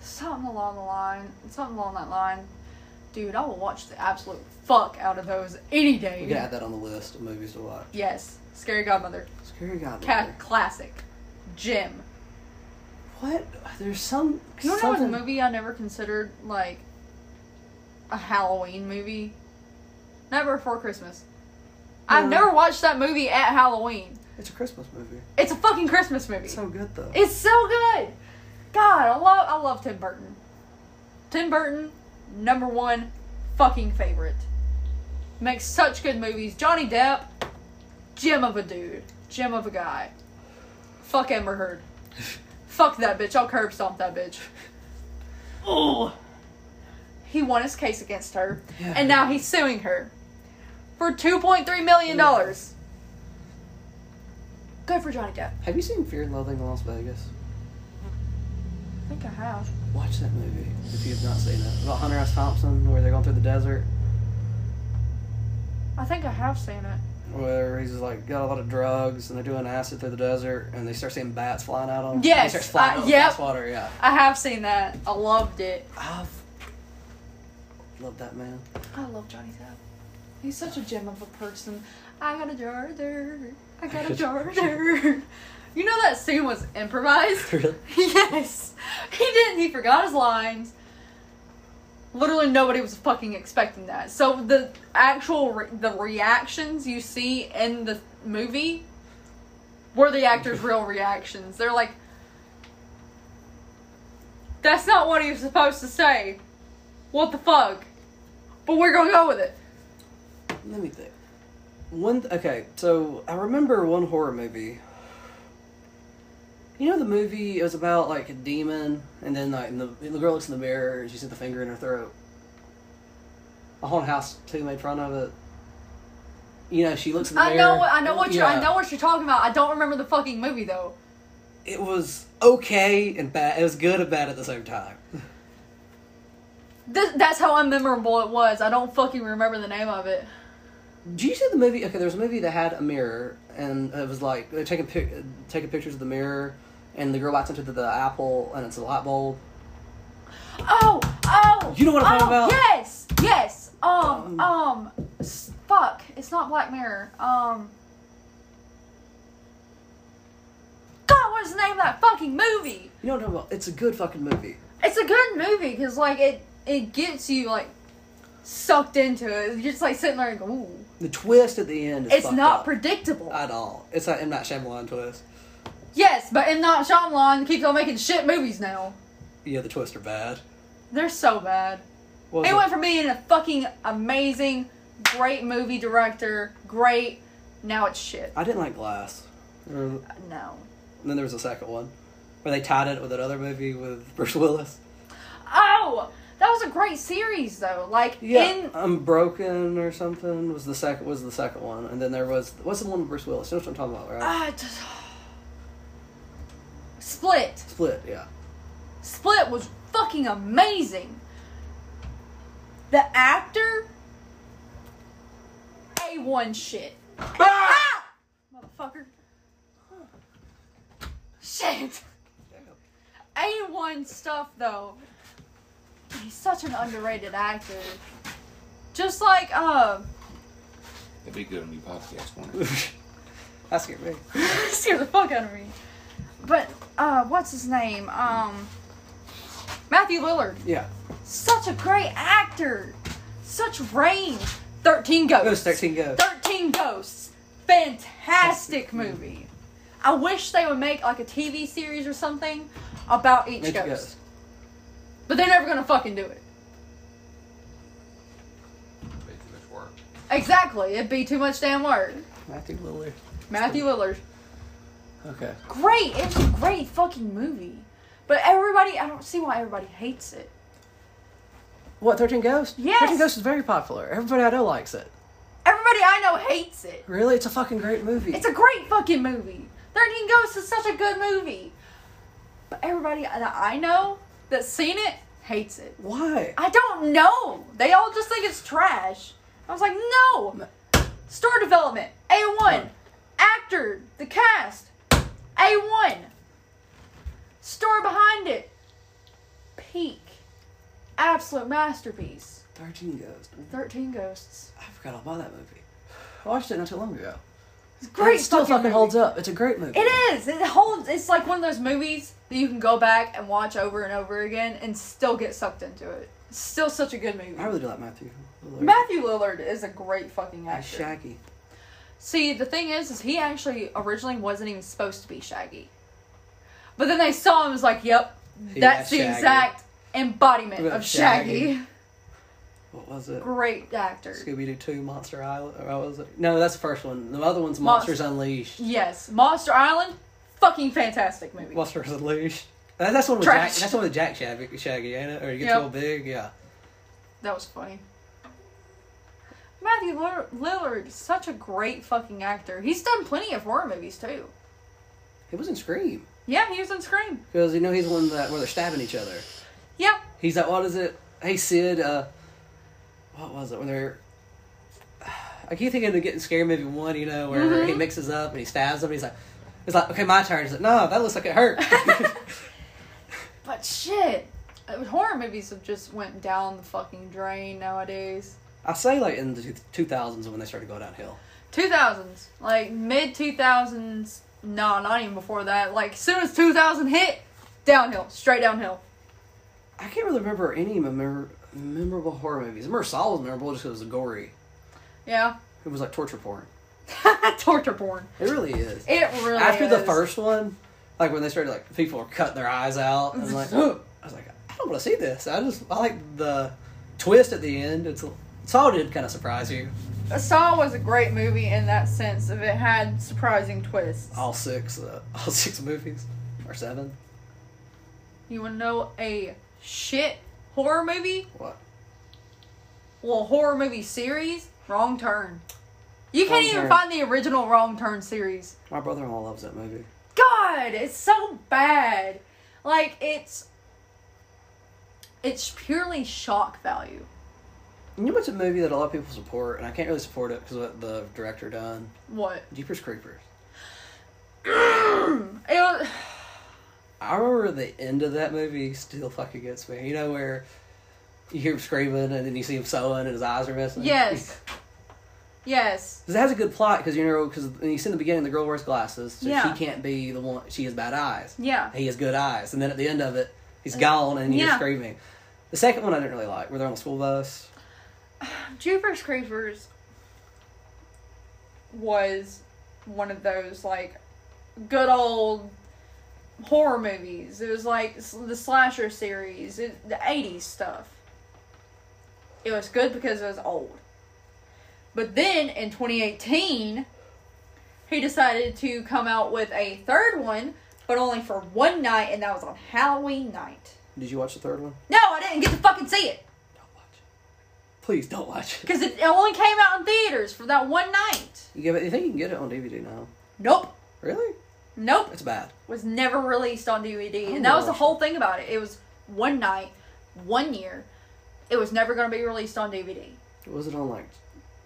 Speaker 1: Something along the line. Something along that line. Dude, I will watch the absolute fuck out of those any day.
Speaker 2: We could add that on the list of movies to watch.
Speaker 1: Yes. Scary Godmother.
Speaker 2: Scary Godmother.
Speaker 1: Ca- classic. Jim.
Speaker 2: What? There's some.
Speaker 1: You know what
Speaker 2: something-
Speaker 1: movie I never considered, like, a Halloween movie? Night Before Christmas. I've
Speaker 2: No.
Speaker 1: never watched that movie at Halloween.
Speaker 2: It's a Christmas movie.
Speaker 1: It's a fucking Christmas movie.
Speaker 2: It's so good though.
Speaker 1: It's so good. God, I love I love Tim Burton. Tim Burton, number one fucking favorite. Makes such good movies. Johnny Depp, gem of a dude, gem of a guy. Fuck Amber Heard. Fuck that bitch. I'll curb stomp that bitch.
Speaker 2: oh.
Speaker 1: He won his case against her,
Speaker 2: Yeah.
Speaker 1: and now he's suing her for two point three million dollars. Good for Johnny Depp.
Speaker 2: Have you seen Fear and Loathing in Las Vegas?
Speaker 1: I think I have.
Speaker 2: Watch that movie if you have not seen it. About Hunter S. Thompson, where they're going through the desert,
Speaker 1: I think I have seen it.
Speaker 2: where he's like got a lot of drugs and they're doing acid through the desert, and they start seeing bats flying at him.
Speaker 1: Yes,
Speaker 2: he starts flying
Speaker 1: uh,
Speaker 2: out of
Speaker 1: yep.
Speaker 2: glass water. Yeah,
Speaker 1: I have seen that. I loved it.
Speaker 2: I've loved that man.
Speaker 1: I love Johnny Depp. He's such a gem of a person. I got a jar there. I got a jar there. You know that scene was improvised?
Speaker 2: Really?
Speaker 1: yes. He didn't. He forgot his lines. Literally nobody was fucking expecting that. So the actual re- the reactions you see in the movie were the actors' real reactions. They're like, "That's not what he was supposed to say. What the fuck?" But we're gonna go with it.
Speaker 2: Let me think. One th- okay, so I remember one horror movie. You know the movie it was about like a demon, and then like the, the girl looks in the mirror and she sees the finger in her throat. A haunted house too made fun of it. You know she looks in the
Speaker 1: I
Speaker 2: mirror.
Speaker 1: know. I know what you. are I
Speaker 2: Yeah.
Speaker 1: know what you're talking about. I don't remember the fucking movie though.
Speaker 2: It was okay and bad. It was good and bad at the same time.
Speaker 1: This, that's how unmemorable it was. I don't fucking remember the name of it.
Speaker 2: Do you see the movie? Okay, there was a movie that had a mirror, and it was like they're taking pic- taking pictures of the mirror, and the girl bites into the, the apple, and it's a light bulb.
Speaker 1: Oh, oh.
Speaker 2: You know what I'm
Speaker 1: oh,
Speaker 2: talking about.
Speaker 1: Yes, yes. Um,
Speaker 2: Um.
Speaker 1: um. s- Fuck. It's not Black Mirror. Um. God, what is the name of that fucking movie?
Speaker 2: You know what I'm talking about? It's a good fucking movie.
Speaker 1: It's a good movie because like it it gets you like sucked into it. You're just like sitting there and go, ooh.
Speaker 2: The twist at the end is
Speaker 1: It's
Speaker 2: fucked
Speaker 1: not
Speaker 2: up Uh,
Speaker 1: predictable.
Speaker 2: at all. It's not M Night Shyamalan twist.
Speaker 1: Yes, but M. Night Shyamalan keeps on making shit movies now.
Speaker 2: Yeah, the twists are bad.
Speaker 1: They're so bad.
Speaker 2: What was
Speaker 1: He
Speaker 2: it?
Speaker 1: went from being a fucking amazing, great movie director, great, now it's shit.
Speaker 2: I didn't like Glass. And
Speaker 1: No.
Speaker 2: then there was a second one where they tied it with another movie with Bruce Willis.
Speaker 1: Oh! That was a great series though. Like
Speaker 2: Yeah,
Speaker 1: in uh,
Speaker 2: I'm broken or Uh, something was the second was the second one, and then there was what's the one with Bruce Willis? You know what I'm talking about, right?
Speaker 1: ah, just- Split.
Speaker 2: Split, yeah.
Speaker 1: Split was fucking amazing. The actor, A1 shit. Ah! Motherfucker. Shit. A1 stuff, though. He's such an underrated actor. Just like, uh,
Speaker 3: That'd be good on your podcast, wouldn't it?
Speaker 2: That scared me.
Speaker 1: scared the fuck out of me. But, uh, what's his name? Um, Matthew Lillard.
Speaker 2: Yeah.
Speaker 1: Such a great actor. Such range. 13 Ghosts.
Speaker 2: It was 13 Ghosts.
Speaker 1: 13 Ghosts. Fantastic movie. I wish they would make like a TV series or something about each,
Speaker 2: Each
Speaker 1: ghost.
Speaker 2: ghost.
Speaker 1: But they're never gonna fucking do it.
Speaker 3: Way too much work.
Speaker 1: Exactly. It'd be too much damn work.
Speaker 2: Matthew Lillard.
Speaker 1: Matthew Lillard.
Speaker 2: Okay.
Speaker 1: Great. It was a great fucking movie. But everybody, I don't see why everybody hates it.
Speaker 2: What, 13 Ghosts?
Speaker 1: Yes.
Speaker 2: 13 Ghosts is very popular. Everybody I know likes it.
Speaker 1: Everybody I know hates it.
Speaker 2: Really? It's a fucking great movie.
Speaker 1: It's a great fucking movie. 13 Ghosts is such a good movie. But everybody that I know that's seen it hates it.
Speaker 2: Why?
Speaker 1: I don't know. They all just think it's trash. I was like, no. Store development, A1. Actor, the cast, A1. Store behind it, peak. Absolute masterpiece.
Speaker 2: 13 Ghosts.
Speaker 1: 13 Ghosts.
Speaker 2: I forgot all about that movie. I watched it not too long ago.
Speaker 1: It's a great.
Speaker 2: It still fucking
Speaker 1: movie.
Speaker 2: holds up. It's a great movie.
Speaker 1: It is. It holds. It's like one of those movies that you can go back and watch over and over again and still get sucked into it. It's still such a good movie.
Speaker 2: I really do like Matthew Lillard.
Speaker 1: Matthew Lillard is a great fucking
Speaker 2: He's
Speaker 1: actor.
Speaker 2: Shaggy.
Speaker 1: See, the thing is, is he actually originally wasn't even supposed to be Shaggy, but then they saw him and was like, "Yep,
Speaker 2: He
Speaker 1: that's
Speaker 2: is
Speaker 1: the
Speaker 2: Shaggy.
Speaker 1: exact embodiment
Speaker 2: Look,
Speaker 1: of Shaggy."
Speaker 2: What was it?
Speaker 1: Great actor.
Speaker 2: Scooby Doo 2, Monster Island? Or what was it? No, that's the first one. The other one's
Speaker 1: Monst-
Speaker 2: Monsters Unleashed.
Speaker 1: Yes, Monster Island, fucking fantastic movie.
Speaker 2: Monsters Unleashed. That- Uh, That's one with Jack.
Speaker 1: Trash.
Speaker 2: That's one with Jack Shaggy, Shaggy ain't it? Or he gets
Speaker 1: Yep.
Speaker 2: real big. Yeah.
Speaker 1: That was funny. Matthew Lillard, Lillard, such a great fucking actor. He's done plenty of horror movies too.
Speaker 2: He was in Scream
Speaker 1: Yeah, he was on Scream.
Speaker 2: because you know he's the one that where they're stabbing each other.
Speaker 1: Yeah,
Speaker 2: He's like, what is it? Hey Sid. Uh, what was it? When they're I keep thinking of getting scary movie one, you know, where he
Speaker 1: Mm-hmm.
Speaker 2: mixes up and he stabs him. And he's like, it's like, okay, my turn. He's like, no, that looks like it hurt.
Speaker 1: but shit, uh, horror movies have just went down the fucking drain nowadays.
Speaker 2: I say like in the two thousands when they started going downhill.
Speaker 1: Two thousands, like mid two thousands. No, not even before that. Like soon as two thousand hit, downhill, straight downhill.
Speaker 2: I can't really remember any memor- memorable horror movies. I remember Saw was memorable just because it was gory.
Speaker 1: Yeah,
Speaker 2: It was like torture porn.
Speaker 1: torture porn.
Speaker 2: It really is.
Speaker 1: It really
Speaker 2: After the
Speaker 1: is.
Speaker 2: first one, like when they started like people were cutting their eyes out, and like
Speaker 1: Mm-hmm.
Speaker 2: I was like, I don't want to see this. I just I like the twist at the end. It's it's all did kind of surprise you.
Speaker 1: Saw was a great movie in that sense of it had surprising twists.
Speaker 2: All six, uh, all six movies or seven.
Speaker 1: You wanna know a shit horror movie?
Speaker 2: What?
Speaker 1: Well, horror movie series? Wrong Turn. You can't
Speaker 2: Wrong
Speaker 1: even
Speaker 2: Turn.
Speaker 1: find the original Wrong Turn series.
Speaker 2: My brother-in-law loves that movie.
Speaker 1: God, it's so bad. Like it's it's purely shock value.
Speaker 2: You know what's a movie that a lot of people support, and I can't really support it because what the director done.
Speaker 1: What?
Speaker 2: Jeepers Creepers.
Speaker 1: It was,
Speaker 2: I remember the end of that movie still fucking gets me. You know where you hear him screaming and then you see him sewing and his eyes are missing.
Speaker 1: yes. Yes.
Speaker 2: Because it has a good plot, because you know, because you see in the beginning the girl wears glasses, so
Speaker 1: Yeah.
Speaker 2: she can't be the one. She has bad eyes.
Speaker 1: Yeah.
Speaker 2: He has good eyes, and then at the end of it, he's gone and you're
Speaker 1: yeah.
Speaker 2: screaming. The second one I didn't really like, where they're on a school bus.
Speaker 1: Jeepers Creepers was one of those like good old horror movies. It was like s- the slasher series, it, the '80s stuff. It was good because it was old. But then in 2018, he decided to come out with a third one, but only for one night, and that was on Halloween night.
Speaker 2: Did you watch the third one?
Speaker 1: No, I didn't get to fucking see it
Speaker 2: Don't watch it. Please don't watch it.
Speaker 1: because it only came out in theaters for that one night.
Speaker 2: You, give it, you think you can get it on DVD now?
Speaker 1: Nope.
Speaker 2: Really?
Speaker 1: Nope.
Speaker 2: It's bad.
Speaker 1: was never released on DVD.
Speaker 2: Oh,
Speaker 1: And that was the
Speaker 2: gosh.
Speaker 1: whole thing about it. It was one night, one year. It was never going to be released on DVD.
Speaker 2: Was it on like?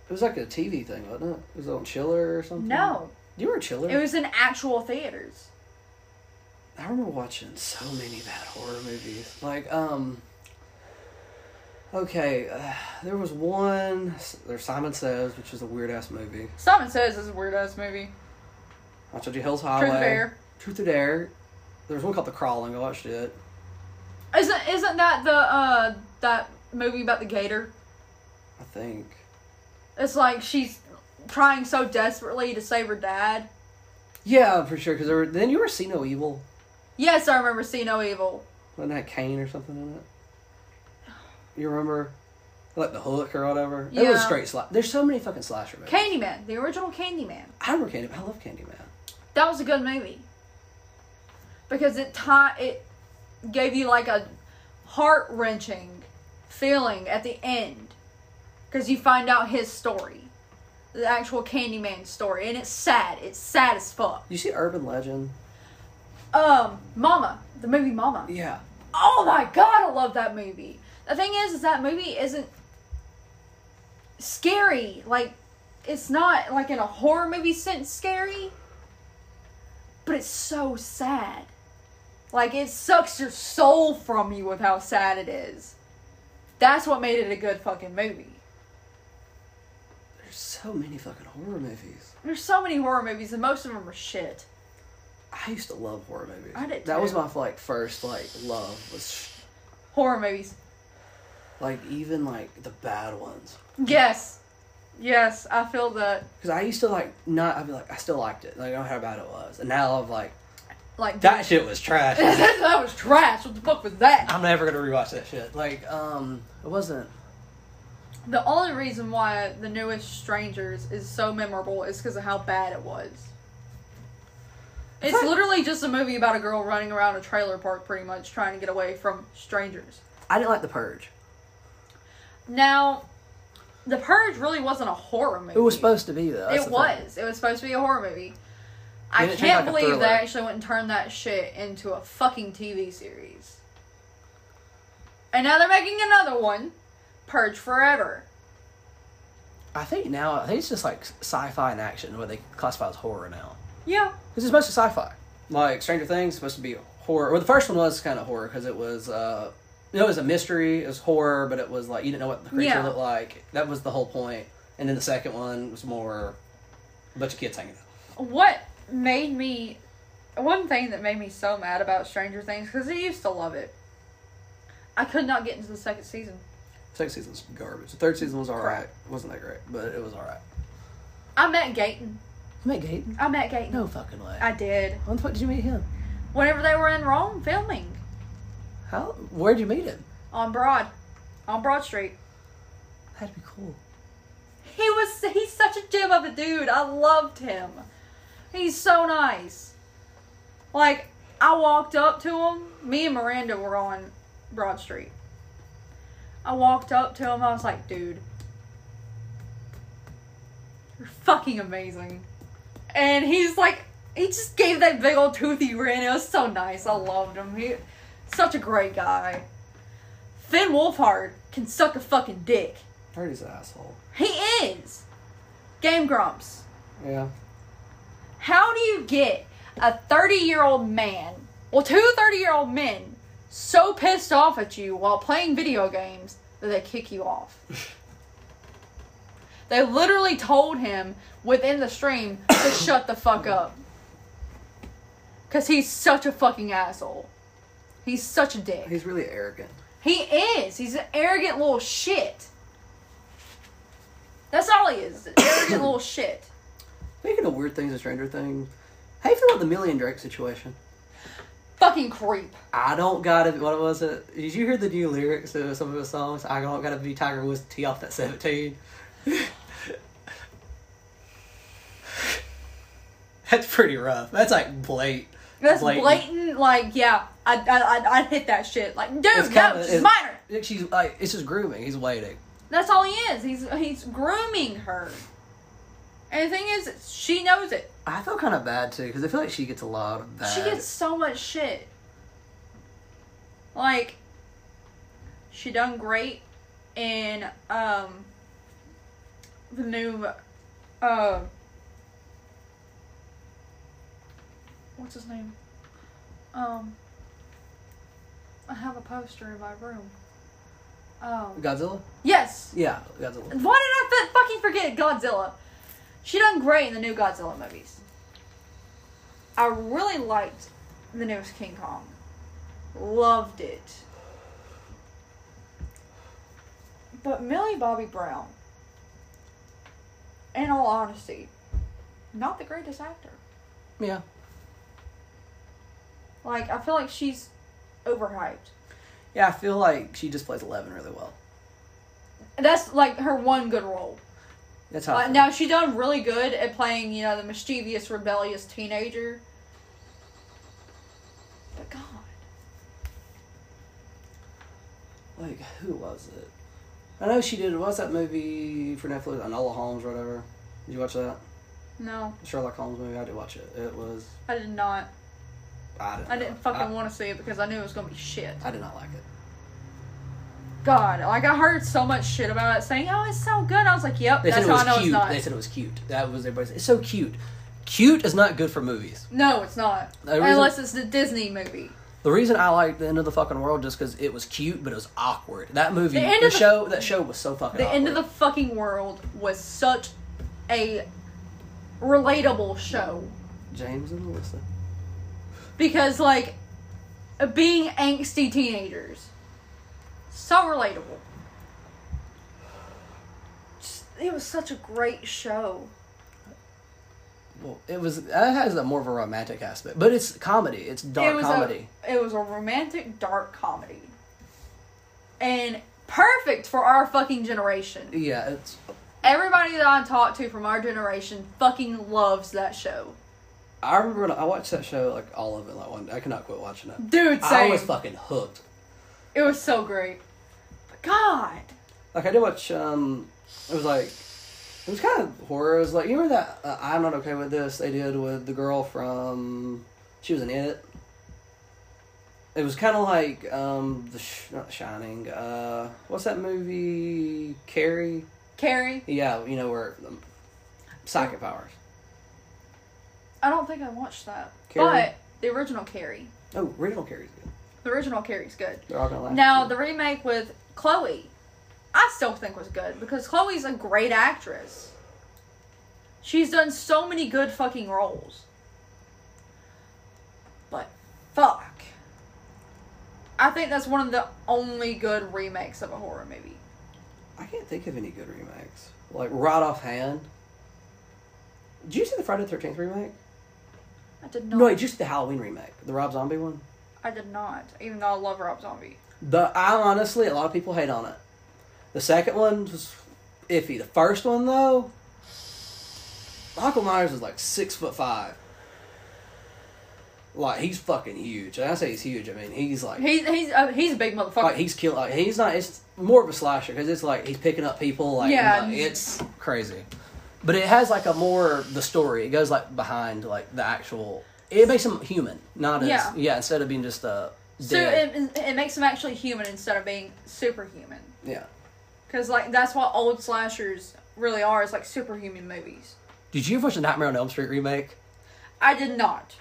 Speaker 2: It was like a TV thing, wasn't it? Was it on Chiller or
Speaker 1: Mm-hmm.
Speaker 2: something?
Speaker 1: No.
Speaker 2: You were Chiller.
Speaker 1: It was in actual theaters.
Speaker 2: I remember watching so many bad horror movies. Like, um, okay, uh, there was one. There's Simon Says, which is a weird ass movie.
Speaker 1: Simon Says is a weird ass movie.
Speaker 2: I told you Hell's Highway.
Speaker 1: Truth or Dare.
Speaker 2: Truth or Dare. There was one called The Crawling. I watched it.
Speaker 1: Isn't isn't that the uh that movie about the gator?
Speaker 2: I think.
Speaker 1: It's like she's trying so desperately to save her dad.
Speaker 2: Yeah, I'm pretty sure. Because were, then you were See No Evil.
Speaker 1: Yes, I remember See No Evil.
Speaker 2: Wasn't that Kane or something in it? You remember? Like The Hook or whatever? It was
Speaker 1: Yeah.
Speaker 2: straight slasher. There's so many fucking slasher movies.
Speaker 1: Candyman, the original Candyman.
Speaker 2: I remember Candyman. I love Candyman.
Speaker 1: That was a good movie because it ti it gave you like a heart wrenching feeling at the end because you find out his story, the actual Candyman story, and it's sad. It's sad as fuck.
Speaker 2: You see Urban Legend?
Speaker 1: Um, Mama, the movie Mama.
Speaker 2: Yeah.
Speaker 1: Oh my god, I love that movie. The thing is, is that movie isn't scary. Like, it's not like in a horror movie sense scary, but it's so sad. Like, it sucks your soul from you with how sad it is. That's what made it a good fucking movie.
Speaker 2: There's so many fucking horror movies.
Speaker 1: There's so many horror movies, and most of them are shit.
Speaker 2: I used to love horror movies.
Speaker 1: I did
Speaker 2: That was
Speaker 1: too.
Speaker 2: my like first like love was
Speaker 1: Horror movies.
Speaker 2: like even like the bad ones.
Speaker 1: Yes. Yes, I feel that.
Speaker 2: Because I used to like not. I'd be like I still liked it. Like I don't know how bad it was. And now I'm like
Speaker 1: Like,
Speaker 2: that shit was trash.
Speaker 1: that was trash. What the fuck was that?
Speaker 2: I'm never gonna rewatch that shit. Like um, it wasn't.
Speaker 1: The only reason why the newest Strangers is so memorable is because of how bad it was. It's literally just a movie about a girl running around a trailer park, pretty much trying to get away from strangers.
Speaker 2: I didn't like The Purge.
Speaker 1: Now, The Purge really wasn't a horror movie.
Speaker 2: It was supposed to be though. That's
Speaker 1: it
Speaker 2: the thing.
Speaker 1: was. It was supposed to be a horror movie.
Speaker 2: And
Speaker 1: I
Speaker 2: it turned
Speaker 1: can't
Speaker 2: like a
Speaker 1: believe they
Speaker 2: thriller.
Speaker 1: actually went and turned that shit into a fucking TV series. And now they're making another one, Purge Forever.
Speaker 2: I think now I think it's just like sci-fi and action, what they classify as horror now.
Speaker 1: Yeah.
Speaker 2: Because it's mostly sci-fi. Like Stranger Things is supposed to be horror. Well, the first one was kind of horror because it was uh, it was a mystery, it was horror, but it was like you didn't know what the creature
Speaker 1: Yeah.
Speaker 2: looked like. That was the whole point. And then the second one was more a bunch of kids hanging out.
Speaker 1: what made me one thing that made me so mad about stranger things because i used to love it i could not get into the second season
Speaker 2: Second season was garbage. The third season was all
Speaker 1: Crap.
Speaker 2: right. It wasn't that great, but it was all right.
Speaker 1: i met gayton
Speaker 2: You met Gaten?
Speaker 1: i met gayton
Speaker 2: No fucking way.
Speaker 1: i did
Speaker 2: when the fuck did you meet him?
Speaker 1: whenever they were in rome filming
Speaker 2: How? Where'd you meet him?
Speaker 1: on broad on broad street
Speaker 2: That'd be cool.
Speaker 1: he was he's such a gem of a dude i loved him he's so nice like i walked up to him me and miranda were on broad street i walked up to him i was like dude you're fucking amazing and he's like he just gave that big old toothy grin it was so nice i loved him he such a great guy finn wolfhard can suck a fucking dick
Speaker 2: I heard he's an asshole.
Speaker 1: he is. Game Grumps.
Speaker 2: Yeah.
Speaker 1: How do you get a 30 year old man, well, two 30 year old men, so pissed off at you while playing video games that they kick you off? they literally told him within the stream to shut the fuck up. Because he's such a fucking asshole. He's such a dick.
Speaker 2: He's really arrogant.
Speaker 1: He is. He's an arrogant little shit. That's all he is. an arrogant little shit.
Speaker 2: Speaking of weird things and Stranger Things, how you feel about the Million Drake situation?
Speaker 1: Fucking creep.
Speaker 2: I don't gotta. What was it? Did you hear the new lyrics of some of his songs? I don't gotta be Tiger Woods to tee off that seventeen. That's pretty rough. That's like Blake.
Speaker 1: That's blatant. like, yeah, I, I, I, I'd hit that shit. Like, dude,
Speaker 2: It's
Speaker 1: no,
Speaker 2: kinda-
Speaker 1: she's
Speaker 2: it's-
Speaker 1: minor.
Speaker 2: She's like, it's just grooming. He's waiting.
Speaker 1: That's all he is. He's he's grooming her. And the thing is, she knows it.
Speaker 2: I feel kind of bad too because I feel like she gets a lot of bad.
Speaker 1: She gets so much shit. Like, she done great in um the new uh what's his name? Um I have a poster in my room. Um
Speaker 2: Godzilla.
Speaker 1: Yes!
Speaker 2: Yeah, Godzilla.
Speaker 1: Why did I f- fucking forget Godzilla? She done great in the new Godzilla movies. I really liked the newest King Kong. Loved it. But Millie Bobby Brown, in all honesty, not the greatest actor.
Speaker 2: Yeah.
Speaker 1: Like, I feel like she's overhyped.
Speaker 2: Yeah, I feel like she just plays Eleven really well.
Speaker 1: That's like her one good role.
Speaker 2: That's how. I
Speaker 1: Uh,
Speaker 2: feel.
Speaker 1: now she done really good at playing, you know, the mischievous, rebellious teenager. But God,
Speaker 2: like who was it? I know she did. What's that movie for Netflix? Enola Holmes, or whatever. Did you watch that
Speaker 1: no,
Speaker 2: Sherlock Holmes movie? I did watch it. It was.
Speaker 1: I did not.
Speaker 2: I didn't.
Speaker 1: I didn't
Speaker 2: know.
Speaker 1: fucking
Speaker 2: Uh, I,
Speaker 1: want to see it because I knew it was gonna be shit.
Speaker 2: I did not like it.
Speaker 1: God, like I heard so much shit about it, saying, "Oh, it's so good." I was like, "Yep,
Speaker 2: They
Speaker 1: that's
Speaker 2: said it
Speaker 1: how
Speaker 2: was
Speaker 1: I know
Speaker 2: cute.
Speaker 1: it's not."
Speaker 2: They said it was cute. That was everybody's. It's so cute. Cute is not good for movies.
Speaker 1: no, it's not.
Speaker 2: The reason-
Speaker 1: Unless it's the Disney movie.
Speaker 2: The reason I liked the end of the fucking world just because it was cute, but it was awkward. That movie,
Speaker 1: The
Speaker 2: the,
Speaker 1: end of the-
Speaker 2: show, that show was so fucking.
Speaker 1: The end of the
Speaker 2: awkward.
Speaker 1: fucking world was such a relatable show.
Speaker 2: James and Melissa.
Speaker 1: because like being angsty teenagers so relatable Just- it was such a great show
Speaker 2: Well, it was that has a more of a romantic aspect, but it's comedy. It's
Speaker 1: it
Speaker 2: dark
Speaker 1: was
Speaker 2: comedy.
Speaker 1: a it was a romantic dark comedy and perfect for our fucking generation
Speaker 2: yeah, it's
Speaker 1: everybody that i talk to from our generation fucking loves that show
Speaker 2: I remember when I watched that show, like all of it, like one. I cannot quit watching it.
Speaker 1: dude
Speaker 2: I
Speaker 1: same.
Speaker 2: was fucking hooked.
Speaker 1: it was so great but god
Speaker 2: Like I did watch. Um, it was like it was kind of horror. It was like you remember that uh, I'm not okay with this. They did with the girl from she was in it. It was kind of like um the sh- not Shining. Uh, what's that movie? Carrie.
Speaker 1: carrie
Speaker 2: Yeah, you know where um, psychic powers.
Speaker 1: i don't think i watched that
Speaker 2: Carrie?
Speaker 1: but the original carrie
Speaker 2: Oh, original Carrie's good.
Speaker 1: The original Carrie's good.
Speaker 2: They're all gonna laugh.
Speaker 1: Now the remake with Chloe, I still think was good because Chloe's a great actress. She's done so many good fucking roles. But fuck. I think that's one of the only good remakes of a horror movie.
Speaker 2: I can't think of any good remakes. Like right offhand. Did you see the Friday the Thirteenth remake?
Speaker 1: I did not.
Speaker 2: No, wait, just the Halloween remake, the Rob Zombie one.
Speaker 1: I did not. Even though I love Rob Zombie.
Speaker 2: The I honestly, a lot of people hate on it. The second one was iffy. The first one though, Michael Myers is like six foot five. Like he's fucking huge. And I say he's huge. I mean he's like
Speaker 1: He's he's uh, he's a big motherfucker.
Speaker 2: like he's kill like he's not. It's more of a slasher because it's like he's picking up people. Like
Speaker 1: Yeah.
Speaker 2: like, it's crazy, but it has like a more the story. It goes like behind like the actual. It makes him human, not
Speaker 1: Yeah.
Speaker 2: as yeah. Instead of being just a
Speaker 1: so
Speaker 2: dead,
Speaker 1: it, it it makes him actually human instead of being superhuman.
Speaker 2: yeah.
Speaker 1: Because, like, that's what old slashers really are. It's like superhuman movies.
Speaker 2: Did you ever watch the Nightmare on Elm Street remake?
Speaker 1: I did not.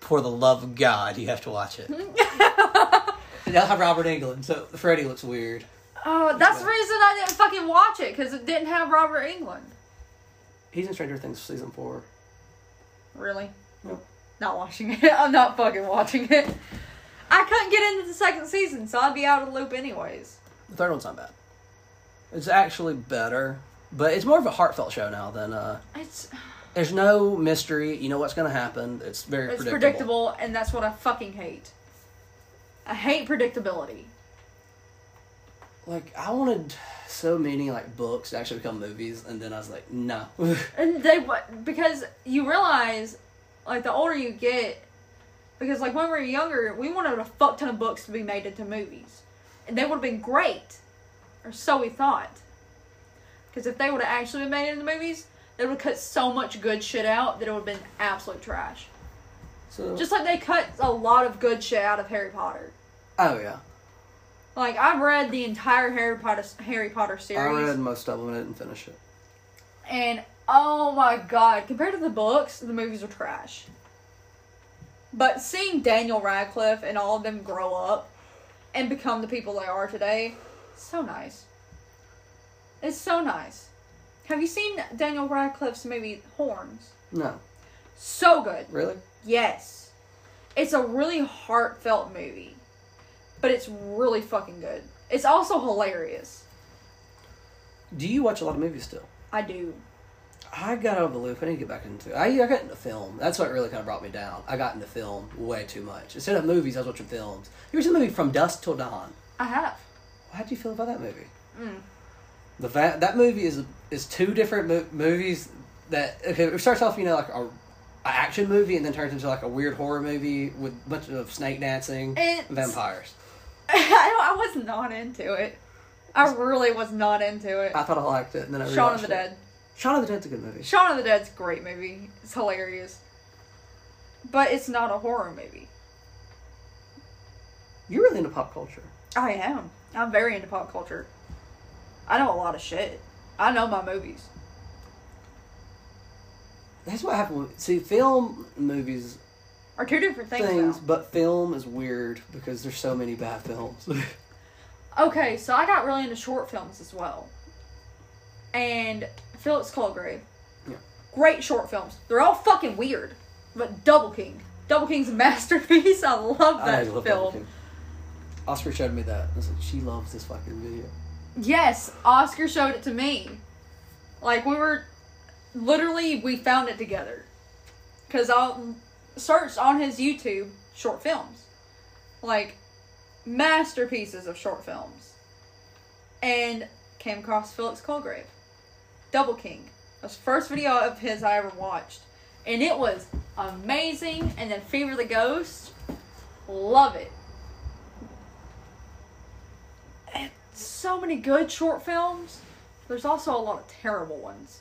Speaker 2: For the love of God, you have to watch it. They'll have Robert England, so Freddy looks weird.
Speaker 1: Oh, that's the reason I didn't fucking watch it, because it didn't have Robert England.
Speaker 2: He's in Stranger Things season four.
Speaker 1: Really?
Speaker 2: Nope.
Speaker 1: Not watching it. I'm not fucking watching it. I couldn't get into the second season, so I'd be out of the loop anyways.
Speaker 2: The third one's not bad. It's actually better, but it's more of a heartfelt show now than uh.
Speaker 1: It's
Speaker 2: There's no mystery. You know what's going to happen. It's very
Speaker 1: it's
Speaker 2: predictable.
Speaker 1: predictable, and that's what I fucking hate. I hate predictability.
Speaker 2: Like I wanted so many like books to actually become movies, and then I was like, no.
Speaker 1: And they what because you realize, like the older you get, because like when we were younger, we wanted a fuck ton of books to be made into movies, and they would have been great, or so we thought. Because if they would have actually been made into movies, It would cut so much good shit out that it would have been absolute trash.
Speaker 2: So
Speaker 1: Just like they cut a lot of good shit out of Harry Potter.
Speaker 2: oh yeah,
Speaker 1: Like I've read the entire Harry Potter Harry Potter
Speaker 2: I
Speaker 1: series,
Speaker 2: read most of them and didn't finish it.
Speaker 1: and oh my god, compared to the books, the movies are trash. But seeing Daniel Radcliffe and all of them grow up and become the people they are today, so nice. It's so nice. Have you seen Daniel Radcliffe's movie Horns?
Speaker 2: No,
Speaker 1: So good.
Speaker 2: really.
Speaker 1: Yes. It's a really heartfelt movie, but it's really fucking good. It's also hilarious.
Speaker 2: Do you watch a lot of movies still?
Speaker 1: I do.
Speaker 2: I got out of the loop. I need to get back into. I I got into film. That's what really kind of brought me down. I got into film way too much. Instead of movies, I was watching films. You watched the movie From Dusk Till Dawn.
Speaker 1: I have.
Speaker 2: How do you feel about that movie?
Speaker 1: Hmm.
Speaker 2: The va- that movie is is two different mo- movies that okay, it starts off you know like a, a action movie and then turns into like a weird horror movie with a bunch of snake dancing,
Speaker 1: It's-
Speaker 2: vampires.
Speaker 1: I, don't, I was not into it. I really was not into it.
Speaker 2: I thought I liked it, and then I
Speaker 1: Shaun
Speaker 2: rewatched
Speaker 1: of the
Speaker 2: it.
Speaker 1: Dead.
Speaker 2: Shaun of the Dead's a good movie.
Speaker 1: Shaun of the Dead's a great movie. It's hilarious. But it's not a horror movie.
Speaker 2: You're really into pop culture.
Speaker 1: I am. I'm very into pop culture. I know a lot of shit. I know my movies.
Speaker 2: That's what happened. With, see, film movies
Speaker 1: Are two different things.
Speaker 2: things,
Speaker 1: now.
Speaker 2: but film is weird because there's so many bad films.
Speaker 1: Okay, so I got really into short films as well. And Phillips Colgrave.
Speaker 2: Yeah.
Speaker 1: Great short films. They're all fucking weird. But Double King. Double King's a masterpiece. I love that film.
Speaker 2: King. Oscar showed me that. I was like, she loves this fucking video.
Speaker 1: Yes, Oscar showed it to me. Like we were literally we found it together. Cause I searched on his YouTube short films. Like masterpieces of short films. And came across Felix Colgrave. Double King. That's the first video of his I ever watched. And it was amazing. And then Fever the Ghost. Love it so many good short films. There's also a lot of terrible ones.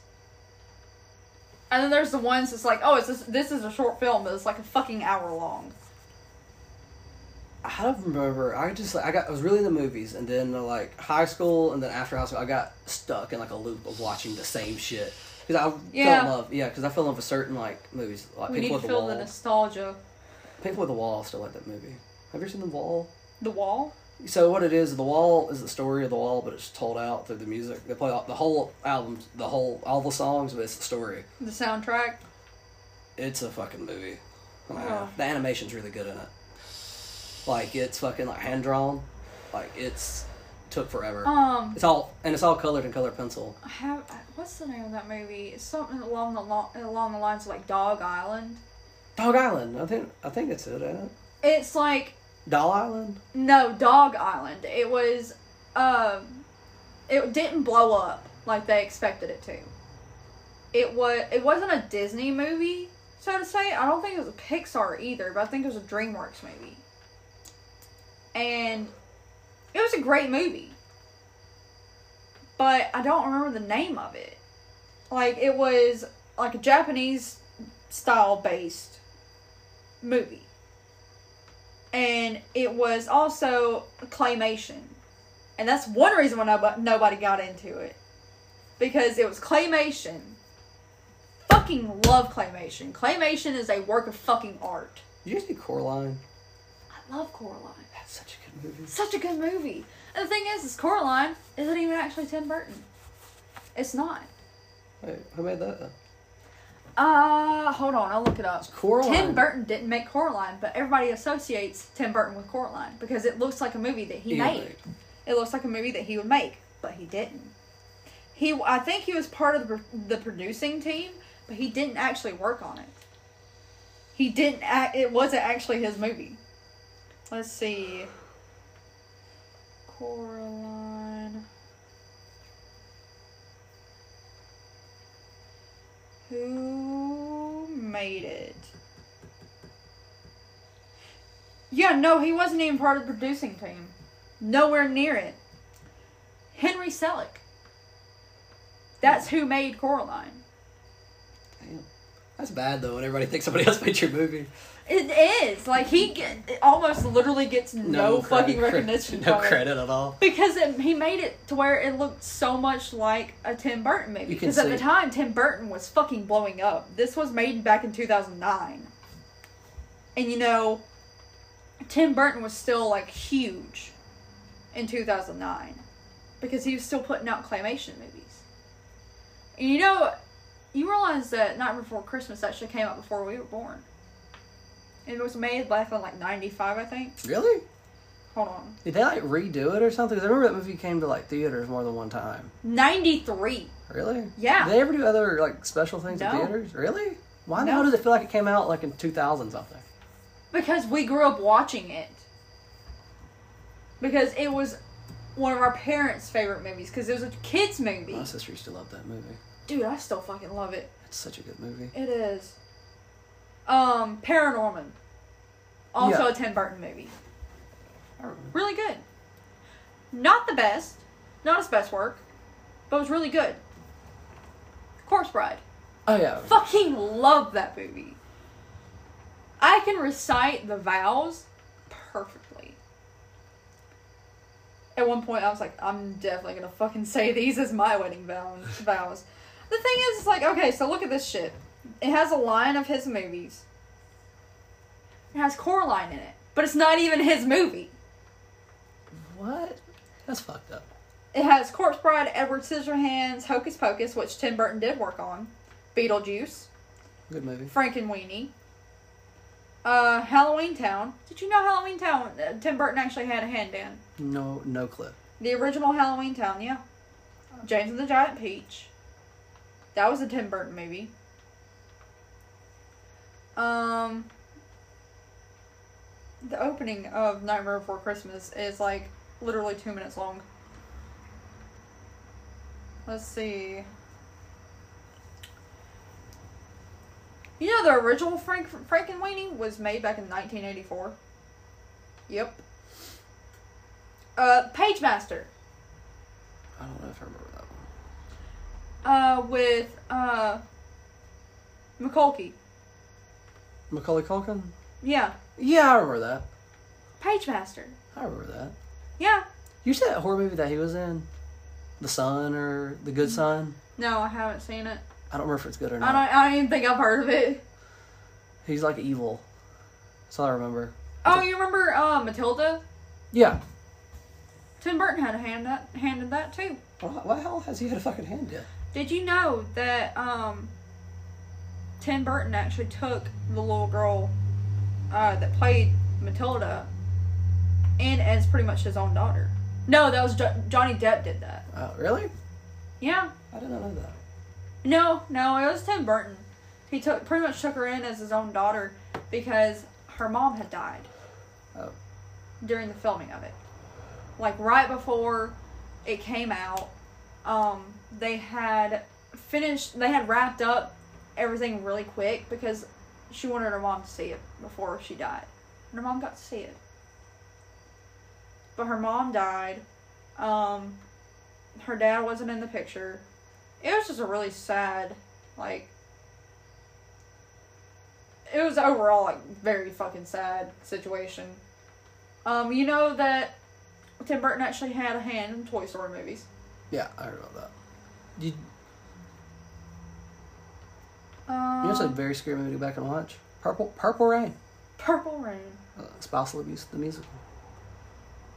Speaker 1: And then there's the ones that's like, oh, it's this, this is a short film, but it's like a fucking hour long.
Speaker 2: I don't remember. I just like I got I was really into movies, and then uh, like high school, and then after high school, I got stuck in like a loop of watching the same shit because I
Speaker 1: Yeah.
Speaker 2: fell in love. Yeah, because I fell in love with certain like movies, like
Speaker 1: We need
Speaker 2: People
Speaker 1: to
Speaker 2: with the
Speaker 1: feel
Speaker 2: Wall.
Speaker 1: the nostalgia.
Speaker 2: People with the Wall still like that movie. Have you seen the Wall?
Speaker 1: The wall?
Speaker 2: So what it is, the Wall is the story of the Wall, but it's told out through the music. They play all, the whole album, the whole all the songs, but it's the story.
Speaker 1: The soundtrack?
Speaker 2: It's a fucking movie. And, uh,
Speaker 1: Oh.
Speaker 2: The animation's really good in it. Like it's fucking like hand drawn. Like it's took forever.
Speaker 1: Um,
Speaker 2: It's all and it's all colored in color pencil.
Speaker 1: I have, what's the name of that movie? It's something along the, lo- along the lines of like Dog Island.
Speaker 2: Dog Island. I think I think it's it, ain't it?
Speaker 1: It's like
Speaker 2: Doll Island.
Speaker 1: No, Dog Island. It was, um, it didn't blow up like they expected it to. It was. It wasn't a Disney movie, so to say. I don't think it was a Pixar either, but I think it was a DreamWorks movie. And it was a great movie, but I don't remember the name of it. Like it was like a Japanese style based movie and it was also claymation, and that's one reason why nobody, nobody got into it because it was claymation. Fucking love claymation. Claymation is a work of fucking art.
Speaker 2: Did you see Coraline?
Speaker 1: I love Coraline.
Speaker 2: That's such a good movie.
Speaker 1: Such a good movie. And the thing is, is Coraline isn't even actually Tim Burton. It's not.
Speaker 2: Wait, who made that? Up?
Speaker 1: Uh, hold on, I'll look it up.
Speaker 2: Coraline.
Speaker 1: Tim Burton didn't make Coraline, but everybody associates Tim Burton with Coraline because it looks like a movie that he
Speaker 2: Yeah,
Speaker 1: made. It looks like a movie that he would make, but he didn't. He, I think he was part of the, pro- the producing team, but he didn't actually work on it. He didn't. Act, it wasn't actually his movie. Let's see. Coraline. Who made it? Yeah, no, he wasn't even part of the producing team. Nowhere near it. Henry Selick. That's who made Coraline.
Speaker 2: Damn. That's bad though. When everybody thinks somebody else made your movie.
Speaker 1: It is like he get, almost literally gets no,
Speaker 2: credit-
Speaker 1: fucking
Speaker 2: credit-
Speaker 1: recognition.
Speaker 2: No
Speaker 1: from it.
Speaker 2: credit at all.
Speaker 1: because it, he made it to where it looked so much like a Tim Burton movie.
Speaker 2: You can
Speaker 1: Because at the
Speaker 2: see-
Speaker 1: time, Tim Burton was fucking blowing up. This was made back in 2009, and you know, Tim Burton was still like huge in 2009 because he was still putting out claymation movies. And you know, you realize that Night Before Christmas actually came out before we were born. It was made back in like '95, I think.
Speaker 2: Really?
Speaker 1: Hold on.
Speaker 2: Did they like redo it or something? 'Cause I remember that movie came to like theaters more than one time.
Speaker 1: 93.
Speaker 2: Really?
Speaker 1: Yeah.
Speaker 2: Did they ever do other like special things in
Speaker 1: No.
Speaker 2: theaters? Really? Why the
Speaker 1: No.
Speaker 2: hell does it feel like it came out like in two thousand something?
Speaker 1: Because we grew up watching it. Because it was one of our parents' favorite movies. Because it was a kids' movie.
Speaker 2: My sister used to love that movie.
Speaker 1: Dude, I still fucking love it.
Speaker 2: It's such a good movie.
Speaker 1: It is. Um, Paranorman. Also
Speaker 2: Yeah.
Speaker 1: a Tim Burton movie.
Speaker 2: I remember.
Speaker 1: Really good. Not the best. Not his best work. But it was really good. Corpse Bride.
Speaker 2: Oh yeah.
Speaker 1: fucking love that movie. I can recite the vows perfectly. At one point, I was like, I'm definitely gonna fucking say these as my wedding vow- vows. The thing is, it's like, okay, so look at this shit. It has a line of his movies. It has Coraline in it, but it's not even his movie.
Speaker 2: What? That's fucked up.
Speaker 1: It has Corpse Bride, Edward Scissorhands, Hocus Pocus, which Tim Burton did work on, Beetlejuice,
Speaker 2: Good movie.
Speaker 1: Frankenweenie. Uh, Halloween Town. Did you know Halloween Town? Uh, Tim Burton actually had a hand in
Speaker 2: No, no clip.
Speaker 1: the original Halloween Town. Yeah, James and the Giant Peach. That was a Tim Burton movie. Um, the opening of Nightmare Before Christmas is like literally two minutes long. Let's see. You know, the original Frank Frankenweenie was made back in 1984. Yep. Uh, Page Master.
Speaker 2: I don't know if I remember that one.
Speaker 1: Uh, with uh, McCulkey.
Speaker 2: Macaulay Culkin.
Speaker 1: Yeah,
Speaker 2: Yeah, I remember that.
Speaker 1: Page Master.
Speaker 2: I remember that.
Speaker 1: Yeah.
Speaker 2: You see that horror movie that he was in, The Sun or The Good Son?
Speaker 1: No, I haven't seen it.
Speaker 2: I don't remember if it's good or
Speaker 1: Mm-hmm. I
Speaker 2: not.
Speaker 1: don't. I don't even think I've heard of it.
Speaker 2: He's like evil. That's all I remember.
Speaker 1: Oh, you remember uh, Matilda?
Speaker 2: Yeah.
Speaker 1: Tim Burton had a hand that hand in that too.
Speaker 2: What, what the hell has he had a fucking hand yet?
Speaker 1: Did you know that um, Tim Burton actually took the little girl uh, that played Matilda and as pretty much his own daughter? No, that was jo- Johnny Depp did that.
Speaker 2: Oh, really?
Speaker 1: Yeah.
Speaker 2: I did not know that.
Speaker 1: No, no, it was Tim Burton. He took pretty much took her in as his own daughter because her mom had died
Speaker 2: Oh,
Speaker 1: during the filming of it. Like right before it came out, um, they had finished, they had wrapped up everything really quick because she wanted her mom to see it before she died. And her mom got to see it. But her mom died. Um, her dad wasn't in the picture. It was just a really sad, like, it was overall like very fucking sad situation. Um, you know that Tim Burton actually had a hand in Toy Story movies.
Speaker 2: yeah, I heard about that. You, you
Speaker 1: Um,
Speaker 2: know, it's a very scary movie to go back and watch. Purple Purple Rain.
Speaker 1: Purple Rain,
Speaker 2: Uh, spousal abuse, the musical.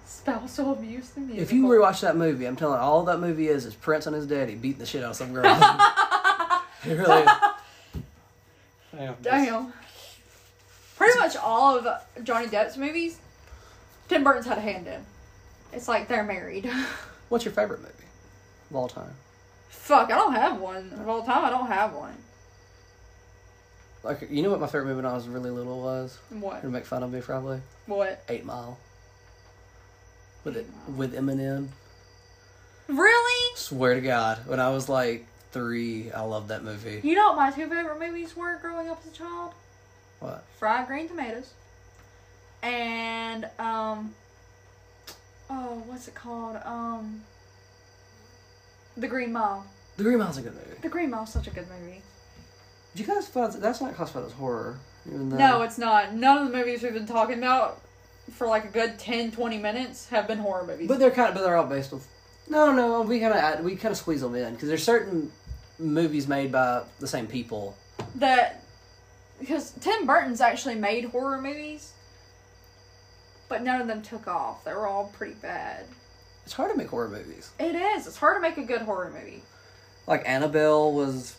Speaker 1: Spousal Abuse, the musical.
Speaker 2: If you rewatch that movie, I'm telling you, all that movie is is Prince and his daddy beating the shit out of some girl. it really is. Damn.
Speaker 1: damn, pretty much all of Johnny Depp's movies, Tim Burton's had a hand in. It's like they're married.
Speaker 2: What's your favorite movie of all time?
Speaker 1: Fuck, I don't have one of all time. I don't have one.
Speaker 2: Like, you know what my favorite movie when I was really little was?
Speaker 1: What?
Speaker 2: You're gonna make fun of me probably.
Speaker 1: What?
Speaker 2: Eight Mile. With it with Eminem.
Speaker 1: Really?
Speaker 2: Swear to God, when I was like three, I loved that movie.
Speaker 1: You know what my two favorite movies were growing up as a child?
Speaker 2: What?
Speaker 1: fried green tomatoes, and um, oh, what's it called? Um, the Green Mile.
Speaker 2: The Green Mile's a good movie.
Speaker 1: The Green Mile's such a good movie.
Speaker 2: you classify that's not classified as horror? Even though,
Speaker 1: No, it's not. None of the movies we've been talking about for like a good 10, 20 minutes have been horror movies.
Speaker 2: but they're kind of but they're all based on. No, no, we kind of we kind of squeeze them in because there's certain movies made by the same people.
Speaker 1: that because Tim Burton's actually made horror movies, but none of them took off. They were all pretty bad.
Speaker 2: It's hard to make horror movies.
Speaker 1: It is. It's hard to make a good horror movie.
Speaker 2: Like Annabelle was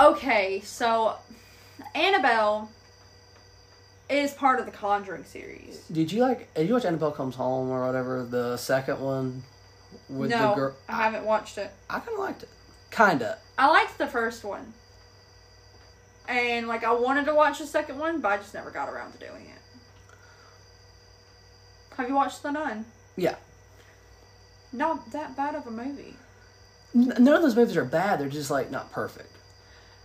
Speaker 1: Okay, so Annabelle is part of the Conjuring series.
Speaker 2: Did you like? Did you watch Annabelle Comes Home or whatever the second one with
Speaker 1: no,
Speaker 2: the girl?
Speaker 1: I haven't watched it.
Speaker 2: I kind of liked it. Kinda.
Speaker 1: I liked the first one, and like I wanted to watch the second one, but I just never got around to doing it. Have you watched The Nun?
Speaker 2: Yeah.
Speaker 1: Not that bad of a movie.
Speaker 2: N- None of those movies are bad. They're just like not perfect.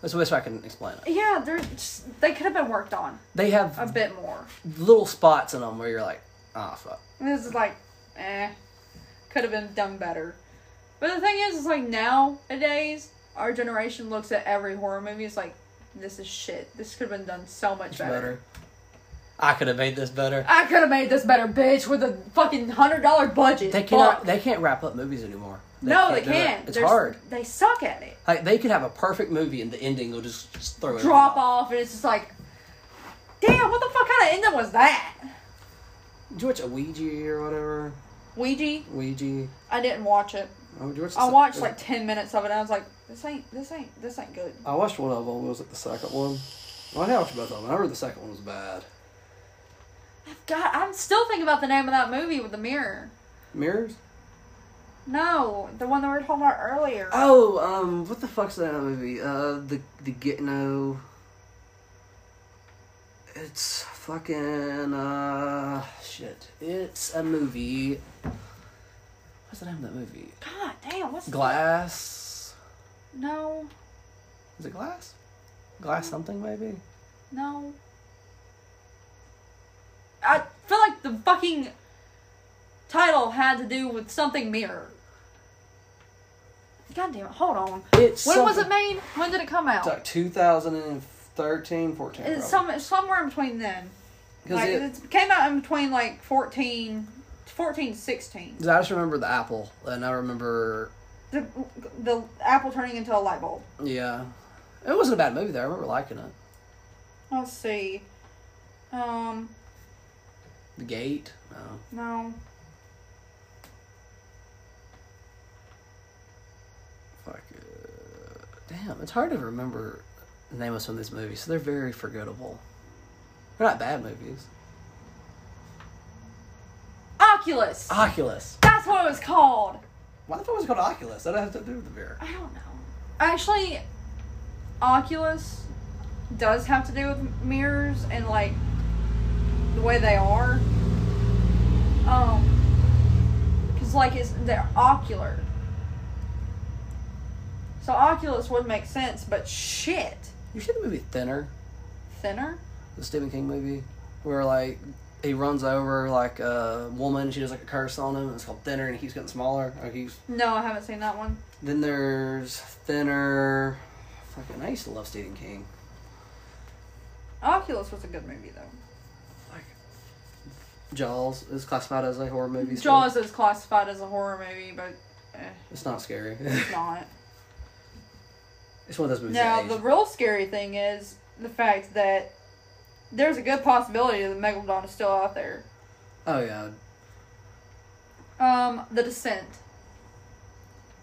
Speaker 2: That's the best way I can explain it.
Speaker 1: Yeah, they're just, they could have been worked on
Speaker 2: They have
Speaker 1: a bit more.
Speaker 2: little spots in them where you're like, ah, fuck.
Speaker 1: This is like, eh, could have been done better. But the thing is, it's like nowadays our generation looks at every horror movie. It's like, this is shit. This could have been done so much
Speaker 2: It's
Speaker 1: better.
Speaker 2: better. I could have made this better.
Speaker 1: I could have made this better, bitch, with a fucking hundred dollar budget.
Speaker 2: They
Speaker 1: Fuck.
Speaker 2: cannot. They can't wrap up movies anymore.
Speaker 1: no, they
Speaker 2: can't do it.
Speaker 1: can't.
Speaker 2: It's
Speaker 1: There's-
Speaker 2: hard.
Speaker 1: They suck at it.
Speaker 2: Like they could have a perfect movie and the ending will just, just throw it.
Speaker 1: Drop off, and it's just like, damn, what the fuck kind of ending was that?
Speaker 2: Did you watch Ouija or whatever?
Speaker 1: Ouija,
Speaker 2: Ouija.
Speaker 1: I didn't watch it.
Speaker 2: Oh, did you watch the
Speaker 1: I
Speaker 2: se-
Speaker 1: watched like ten minutes of it. and I was like, this ain't, this ain't, this ain't good.
Speaker 2: I watched one of them. What was it the second one? Well, I didn't watch both of them. I remember the second one was bad.
Speaker 1: God, I'm still thinking about the name of that movie with the mirror.
Speaker 2: Mirrors.
Speaker 1: No, the one that we were talking about earlier.
Speaker 2: Oh, um, what the fuck's that movie? Uh, the the get no. It's fucking uh shit. It's a movie. What's the name of that movie?
Speaker 1: God damn, what's
Speaker 2: Glass.
Speaker 1: No,
Speaker 2: Is it Glass? Glass something maybe.
Speaker 1: no. I feel like the fucking title had to do with something mirror. God damn it, hold on.
Speaker 2: It's
Speaker 1: when was it
Speaker 2: something-
Speaker 1: made? When did it come out?
Speaker 2: It's like 2013, 14.
Speaker 1: It's
Speaker 2: probably.
Speaker 1: some, somewhere in between then.
Speaker 2: 'Cause
Speaker 1: Like,
Speaker 2: it-
Speaker 1: it came out in between like 14, 14 16.
Speaker 2: Because I just remember the apple, and I remember,
Speaker 1: the the apple turning into a light bulb.
Speaker 2: yeah, it wasn't a bad movie though. I remember liking it.
Speaker 1: Let's see. Um,
Speaker 2: The Gate, no,
Speaker 1: no.
Speaker 2: fuck, uh, damn, it's hard to remember the name of some of these movies. So they're very forgettable. They're not bad movies.
Speaker 1: Oculus.
Speaker 2: Oculus.
Speaker 1: That's what it was called.
Speaker 2: Why the fuck was it called Oculus? That has to do with the beer.
Speaker 1: I don't know. Actually, Oculus does have to do with mirrors and like the way they are. Um, because like it's they're ocular. So Oculus would make sense, but shit,
Speaker 2: You see the movie Thinner,
Speaker 1: thinner.
Speaker 2: the Stephen King movie, where like he runs over like a woman, she does like a curse on him, and it's called Thinner, and he keeps getting smaller. Or he's
Speaker 1: No, I haven't seen that one.
Speaker 2: Then there's Thinner. Fucking, I used to love Stephen King.
Speaker 1: Oculus was a good movie though.
Speaker 2: Like, Jaws is classified as a horror movie. still.
Speaker 1: Jaws is classified as a horror movie, but eh,
Speaker 2: It's not scary.
Speaker 1: it's not.
Speaker 2: it's one of those movies.
Speaker 1: now
Speaker 2: that
Speaker 1: the
Speaker 2: age.
Speaker 1: real scary thing is the fact that there's a good possibility that Megalodon is still out there.
Speaker 2: oh yeah,
Speaker 1: Um, The Descent.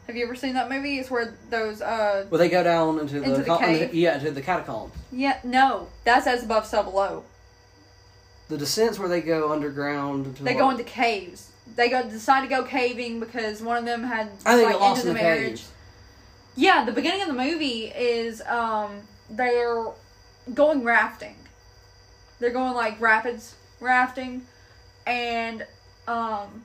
Speaker 1: Have you ever seen that movie? It's where those uh
Speaker 2: well they go down into the,
Speaker 1: Into the cave?
Speaker 2: yeah into the catacombs.
Speaker 1: yeah no that's as above so below.
Speaker 2: The descents where they go underground. Into
Speaker 1: They
Speaker 2: the,
Speaker 1: go into caves. They go decide to go caving because one of them had
Speaker 2: I think
Speaker 1: like,
Speaker 2: it lost
Speaker 1: ended
Speaker 2: in the
Speaker 1: the marriage.
Speaker 2: caves.
Speaker 1: Yeah, the beginning of the movie is um they're going rafting. They're going like rapids rafting and um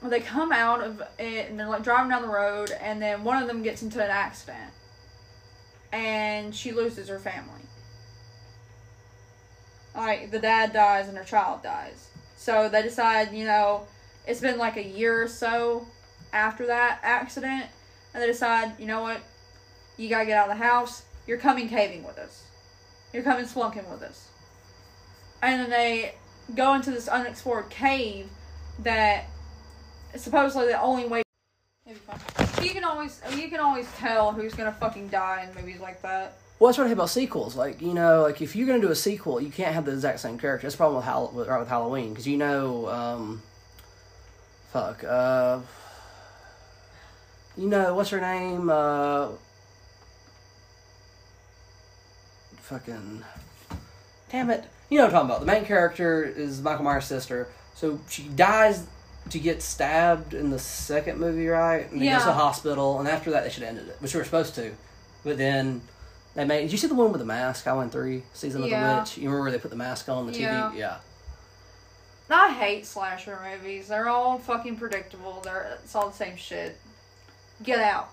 Speaker 1: they come out of it and they're like driving down the road and then one of them gets into an accident and she loses her family. Like the dad dies and her child dies. So they decide, you know, it's been like a year or so after that accident and they decide, you know what, You gotta get out of the house. You're coming caving with us. You're coming splunking with us. And then they go into this unexplored cave that is supposedly the only way. It'd be fun. You can always you can always tell who's gonna fucking die in movies like that.
Speaker 2: Well, that's what I hate about sequels. Like you know, like if you're gonna do a sequel, you can't have the exact same character. That's the problem with, Hall- with, right with Halloween because you know, um, fuck, uh, you know what's her name? Uh, fucking, damn it! You know what I'm talking about. The main character is Michael Myers' sister, so she dies to get stabbed in the second movie, right? And they goes
Speaker 1: Yeah.
Speaker 2: to the hospital, and after that they should have ended it, which they were supposed to, but then. They made. Did you see the one with the mask? I went three season of the
Speaker 1: Yeah.
Speaker 2: witch. You remember where they put the mask on the TV?
Speaker 1: Yeah.
Speaker 2: Yeah.
Speaker 1: And I hate slasher movies. They're all fucking predictable. They're it's all the same shit. Get out.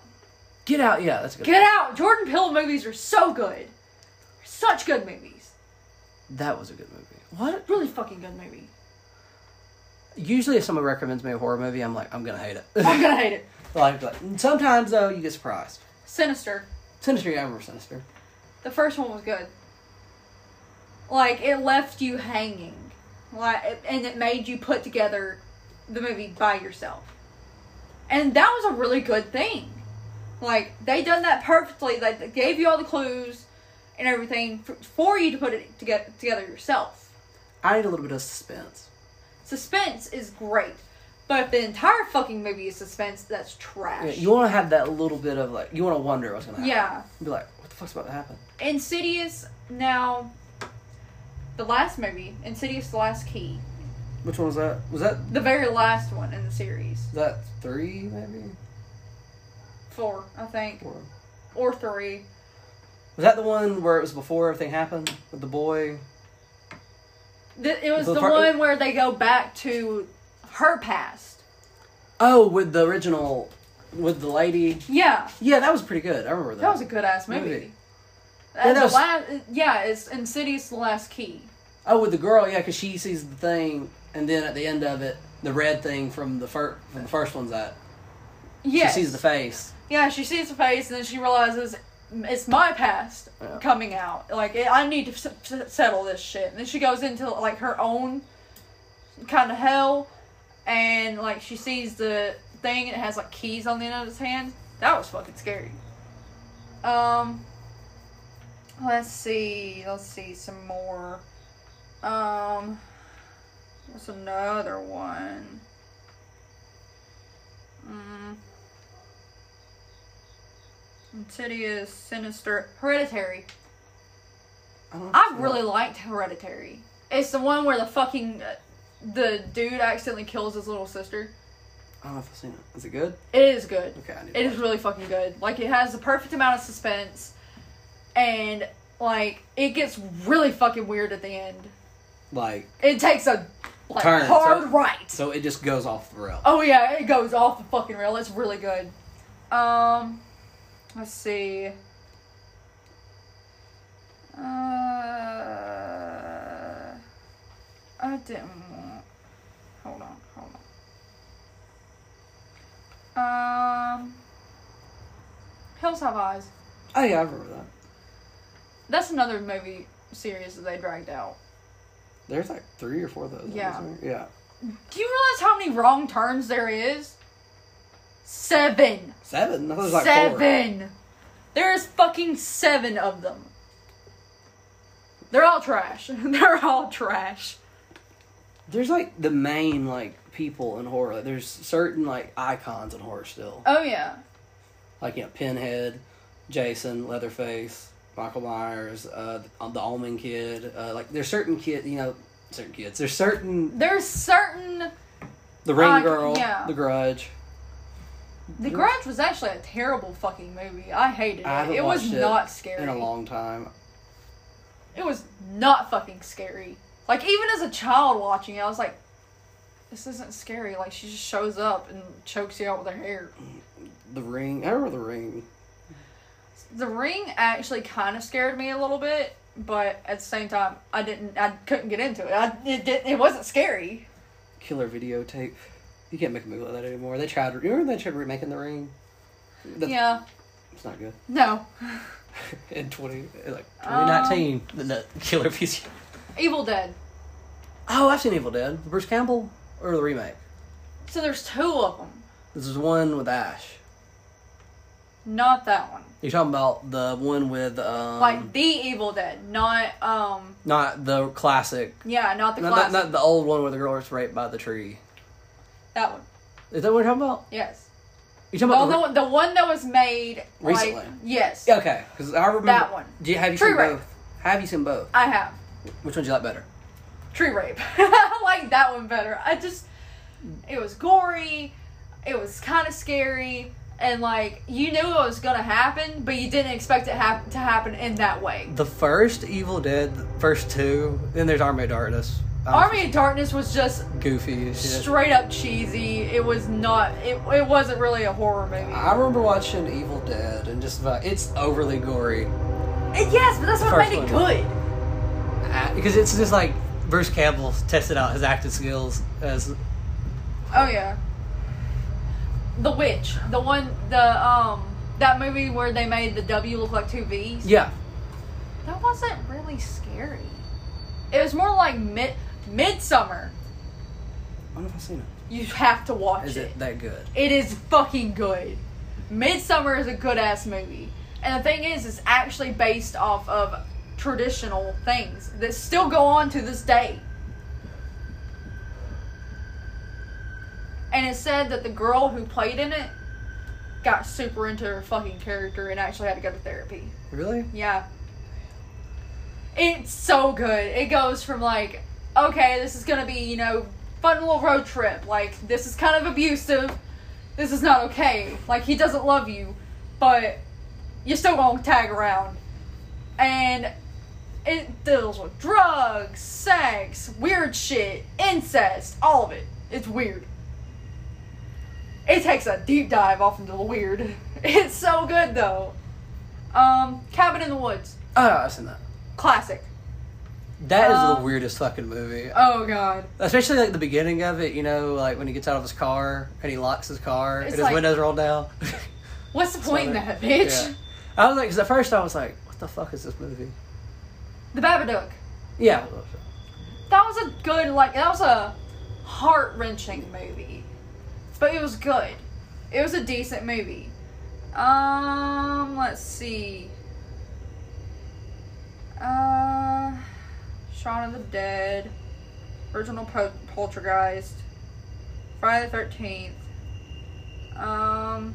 Speaker 2: Get out. Yeah, that's a good.
Speaker 1: Get out. Jordan Peele movies are so good. Such good movies.
Speaker 2: That was a good movie. What?
Speaker 1: Really fucking good movie.
Speaker 2: Usually, if someone recommends me a horror movie, I'm like, I'm gonna hate it.
Speaker 1: I'm gonna hate it.
Speaker 2: like, like, sometimes though, you get surprised.
Speaker 1: Sinister.
Speaker 2: Sinister, yeah, I remember Sinister.
Speaker 1: The first one was good. Like it left you hanging. Like it- and it made you put together the movie by yourself. And that was a really good thing. Like they done that perfectly. Like they gave you all the clues and everything for, for you to put it together together yourself.
Speaker 2: I need a little bit of suspense.
Speaker 1: Suspense is great, but if the entire fucking movie is suspense, that's trash.
Speaker 2: Yeah, you want to have that little bit of like, you want to wonder what's gonna happen.
Speaker 1: yeah.
Speaker 2: Be like, what the fuck's about to happen?
Speaker 1: Insidious now. The last movie, Insidious: The Last Key.
Speaker 2: Which one was that? Was that
Speaker 1: The very last one in the series.
Speaker 2: was that three maybe?
Speaker 1: Four, I think.
Speaker 2: Four.
Speaker 1: Or three.
Speaker 2: Was that the one where it was before everything happened with the boy?
Speaker 1: Th- it was
Speaker 2: The
Speaker 1: the,
Speaker 2: fir-
Speaker 1: one where they go back to her past.
Speaker 2: Oh, with the original, with the lady.
Speaker 1: Yeah.
Speaker 2: Yeah, that was pretty good. I remember that.
Speaker 1: That was a good ass movie.
Speaker 2: Movie.
Speaker 1: Uh,
Speaker 2: Yeah, that
Speaker 1: the
Speaker 2: was-
Speaker 1: last, yeah, it's Insidious The Last Key.
Speaker 2: oh, with the girl, yeah, because she sees the thing, and then at the end of it, the red thing from the fir- from the first one's that
Speaker 1: Yes.
Speaker 2: she sees the face.
Speaker 1: Yeah, she sees the face and then she realizes it's my past
Speaker 2: Yeah.
Speaker 1: coming out. Like, I I need to s- s- settle this shit. And then she goes into, like, her own kind of hell and, like, she sees the thing and it has, like, keys on the end of its hand. That was fucking scary. Um, let's see. Let's see some more. Um, what's another one? Mm. Insidious, Sinister, Hereditary.
Speaker 2: I, don't know
Speaker 1: I really liked Hereditary. It's the one where the fucking uh, the dude accidentally kills his little sister.
Speaker 2: I don't know if I've seen it. Is it good?
Speaker 1: It is good.
Speaker 2: Okay, I need to
Speaker 1: It
Speaker 2: watch
Speaker 1: is really fucking good. Like it has the perfect amount of suspense, and like it gets really fucking weird at the end.
Speaker 2: Like,
Speaker 1: It takes a like
Speaker 2: Turn, so-
Speaker 1: hard right.
Speaker 2: so it just goes off the rail.
Speaker 1: Oh yeah, it goes off the fucking rail. It's really good. Um, let's see. Uh, I didn't want. Hold on, hold on. Um, Hills Have Eyes.
Speaker 2: Oh, yeah, I remember that.
Speaker 1: That's another movie series that they dragged out.
Speaker 2: There's like three or four of those.
Speaker 1: Yeah.
Speaker 2: isn't there? Yeah.
Speaker 1: Do you realize how many wrong turns there is? Seven.
Speaker 2: Seven. I thought there was like four.
Speaker 1: seven. There is fucking seven of them. They're all trash. They're all trash.
Speaker 2: There's like the main like people in horror. Like, there's certain like icons in horror still.
Speaker 1: Oh yeah.
Speaker 2: like you know Pinhead, Jason, Leatherface, Michael Myers, uh, the, the Almond Kid. Uh, like there's certain kid, you know, certain kids. There's certain
Speaker 1: There's certain.
Speaker 2: the Ring
Speaker 1: Uh,
Speaker 2: Girl,
Speaker 1: yeah.
Speaker 2: The Grudge.
Speaker 1: The Grudge was actually a terrible fucking movie. I hated it.
Speaker 2: I haven't
Speaker 1: it was
Speaker 2: watched it
Speaker 1: not scary.
Speaker 2: in a long time.
Speaker 1: it was not fucking scary. Like even as a child watching it, I was like, "This isn't scary." Like she just shows up and chokes you out with her hair.
Speaker 2: The Ring. I remember The Ring.
Speaker 1: The Ring actually kind of scared me a little bit, but at the same time, I didn't. I couldn't get into it. I, it didn't. It wasn't scary.
Speaker 2: Killer videotape. You can't make a movie like that anymore. They tried. You remember they tried remaking The Ring? The-
Speaker 1: yeah,
Speaker 2: It's not good.
Speaker 1: No.
Speaker 2: In twenty like
Speaker 1: Um,
Speaker 2: twenty nineteen, the nut killer piece.
Speaker 1: Evil Dead.
Speaker 2: Oh, I've seen Evil Dead. The Bruce Campbell or the remake.
Speaker 1: So there's two of them.
Speaker 2: This is one with Ash.
Speaker 1: Not that one.
Speaker 2: You're talking about the one with um,
Speaker 1: Like the Evil Dead, not um
Speaker 2: not the classic,
Speaker 1: yeah, not the
Speaker 2: not,
Speaker 1: classic.
Speaker 2: not not the old one where the girl is raped by the tree.
Speaker 1: that one.
Speaker 2: Is that what you're talking about?
Speaker 1: Yes.
Speaker 2: You talking
Speaker 1: Well,
Speaker 2: about
Speaker 1: the, one- the one that was made like-
Speaker 2: Recently.
Speaker 1: yes,
Speaker 2: the, okay? Because I remember
Speaker 1: That one.
Speaker 2: Do you, have you
Speaker 1: Tree
Speaker 2: seen
Speaker 1: rape.
Speaker 2: both? Have you seen both?
Speaker 1: I have
Speaker 2: Which one do you like better?
Speaker 1: tree rape. I like that one better. I just it was gory, it was kind of scary, and like you knew it was gonna happen, but you didn't expect it hap- to happen in that way.
Speaker 2: The first Evil Dead, the first two. Then there's Army of Darkness. Um,
Speaker 1: Army of Darkness was just
Speaker 2: goofy as shit.
Speaker 1: straight up cheesy. It was not. It, it wasn't really a horror movie.
Speaker 2: I remember watching Evil Dead and just about it's overly gory
Speaker 1: And yes, but that's what
Speaker 2: First
Speaker 1: made it
Speaker 2: one.
Speaker 1: good.
Speaker 2: Uh, because it's just like Bruce Campbell tested out his acting skills as
Speaker 1: Oh yeah. The Witch, the one, the um, that movie where they made the W look like two V's.
Speaker 2: yeah
Speaker 1: That wasn't really scary. It was more like mid Midsummer.
Speaker 2: I don't know if I've seen it.
Speaker 1: You have to watch
Speaker 2: Is
Speaker 1: it.
Speaker 2: it that good?
Speaker 1: It is fucking good. Midsummer is a good ass movie. And the thing is, it's actually based off of traditional things that still go on to this day. And it said that the girl who played in it got super into her fucking character and actually had to go to therapy.
Speaker 2: Really?
Speaker 1: Yeah. It's so good. It goes from like, okay, this is gonna be, you know, fun little road trip. Like, this is kind of abusive. This is not okay. Like, he doesn't love you, but you're still gonna tag around. And it deals with drugs, sex, weird shit, incest, all of it. It's weird. It takes a deep dive off into the weird. It's so good though. Um, Cabin in the Woods,
Speaker 2: Oh, I've seen that.
Speaker 1: classic.
Speaker 2: That is the
Speaker 1: Um,
Speaker 2: weirdest fucking movie.
Speaker 1: Oh god,
Speaker 2: Especially like the beginning of it, you know, like when he gets out of his car and he locks his car and
Speaker 1: It's
Speaker 2: his
Speaker 1: like-
Speaker 2: windows roll down.
Speaker 1: what's the point in
Speaker 2: Saw
Speaker 1: that,
Speaker 2: that.
Speaker 1: bitch?
Speaker 2: Yeah. I was like, because at first I was like, what the fuck is this movie?
Speaker 1: The Babadook.
Speaker 2: Yeah.
Speaker 1: That was a good, like that was a heart wrenching movie, but it was good. It was a decent movie. Um, let's see. Uh, Shaun of the Dead, original po- Poltergeist, Friday the Thirteenth. Um,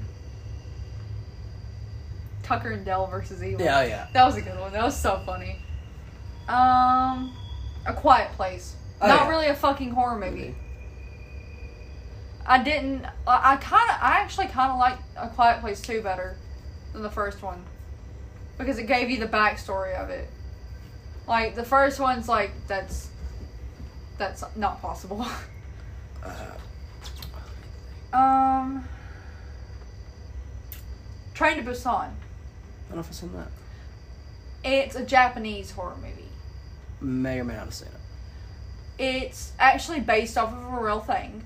Speaker 1: Tucker and Dell versus Evil.
Speaker 2: Yeah, oh, yeah.
Speaker 1: That was a good one. That was so funny. Um, A Quiet Place.
Speaker 2: Oh,
Speaker 1: Not
Speaker 2: yeah.
Speaker 1: really a fucking horror movie. I didn't. I, I kind of. I actually kind of like A Quiet Place too better than the first one because it gave you the backstory of it. Like the first one's like that's that's not possible.
Speaker 2: Uh,
Speaker 1: um, Train to Busan.
Speaker 2: I don't know if I've seen that.
Speaker 1: It's a Japanese horror movie.
Speaker 2: May or may not have seen it.
Speaker 1: It's actually based off of a real thing.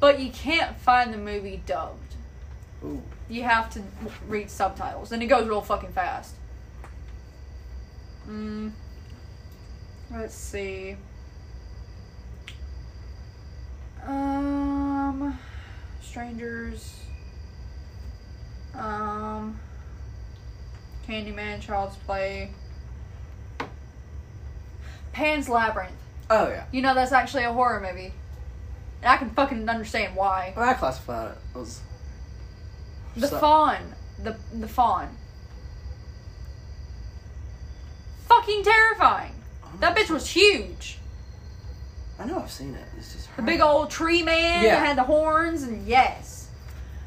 Speaker 1: But you can't find the movie dubbed.
Speaker 2: Ooh.
Speaker 1: You have to read subtitles, and it goes real fucking fast. Mm. Let's see. Um, strangers. Um, Candyman, Child's Play. Pan's Labyrinth.
Speaker 2: Oh, yeah.
Speaker 1: You know that's actually a horror movie, and I can fucking understand why.
Speaker 2: Well, I classified it. It was.
Speaker 1: The
Speaker 2: So-
Speaker 1: fawn. The the fawn. Fucking terrifying. That bitch was huge.
Speaker 2: I know I've seen it. It's just.
Speaker 1: The big old tree man
Speaker 2: Yeah.
Speaker 1: that had the horns and yes.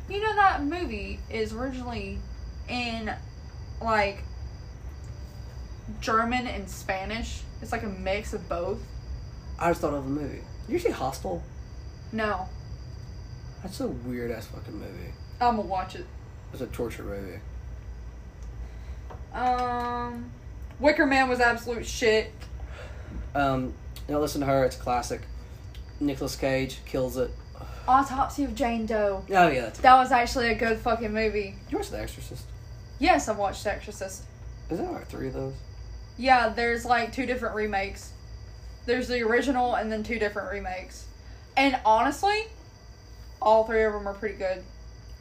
Speaker 1: You know that movie is originally in like German and Spanish. It's like a mix of both.
Speaker 2: I just thought of a movie. Did you see Hostel?
Speaker 1: No.
Speaker 2: That's a weird ass fucking movie.
Speaker 1: I'ma watch it.
Speaker 2: It's a torture movie.
Speaker 1: Um Wicker Man was absolute shit.
Speaker 2: Um, now listen to her. It's a classic. Nicolas Cage kills it.
Speaker 1: Autopsy of Jane Doe.
Speaker 2: Oh yeah, that's.
Speaker 1: That was actually a good fucking movie.
Speaker 2: You watched The Exorcist?
Speaker 1: Yes, I've watched The Exorcist.
Speaker 2: Is there like three of those?
Speaker 1: Yeah, there's like two different remakes. There's the original and then two different remakes. And honestly, all three of them are pretty good.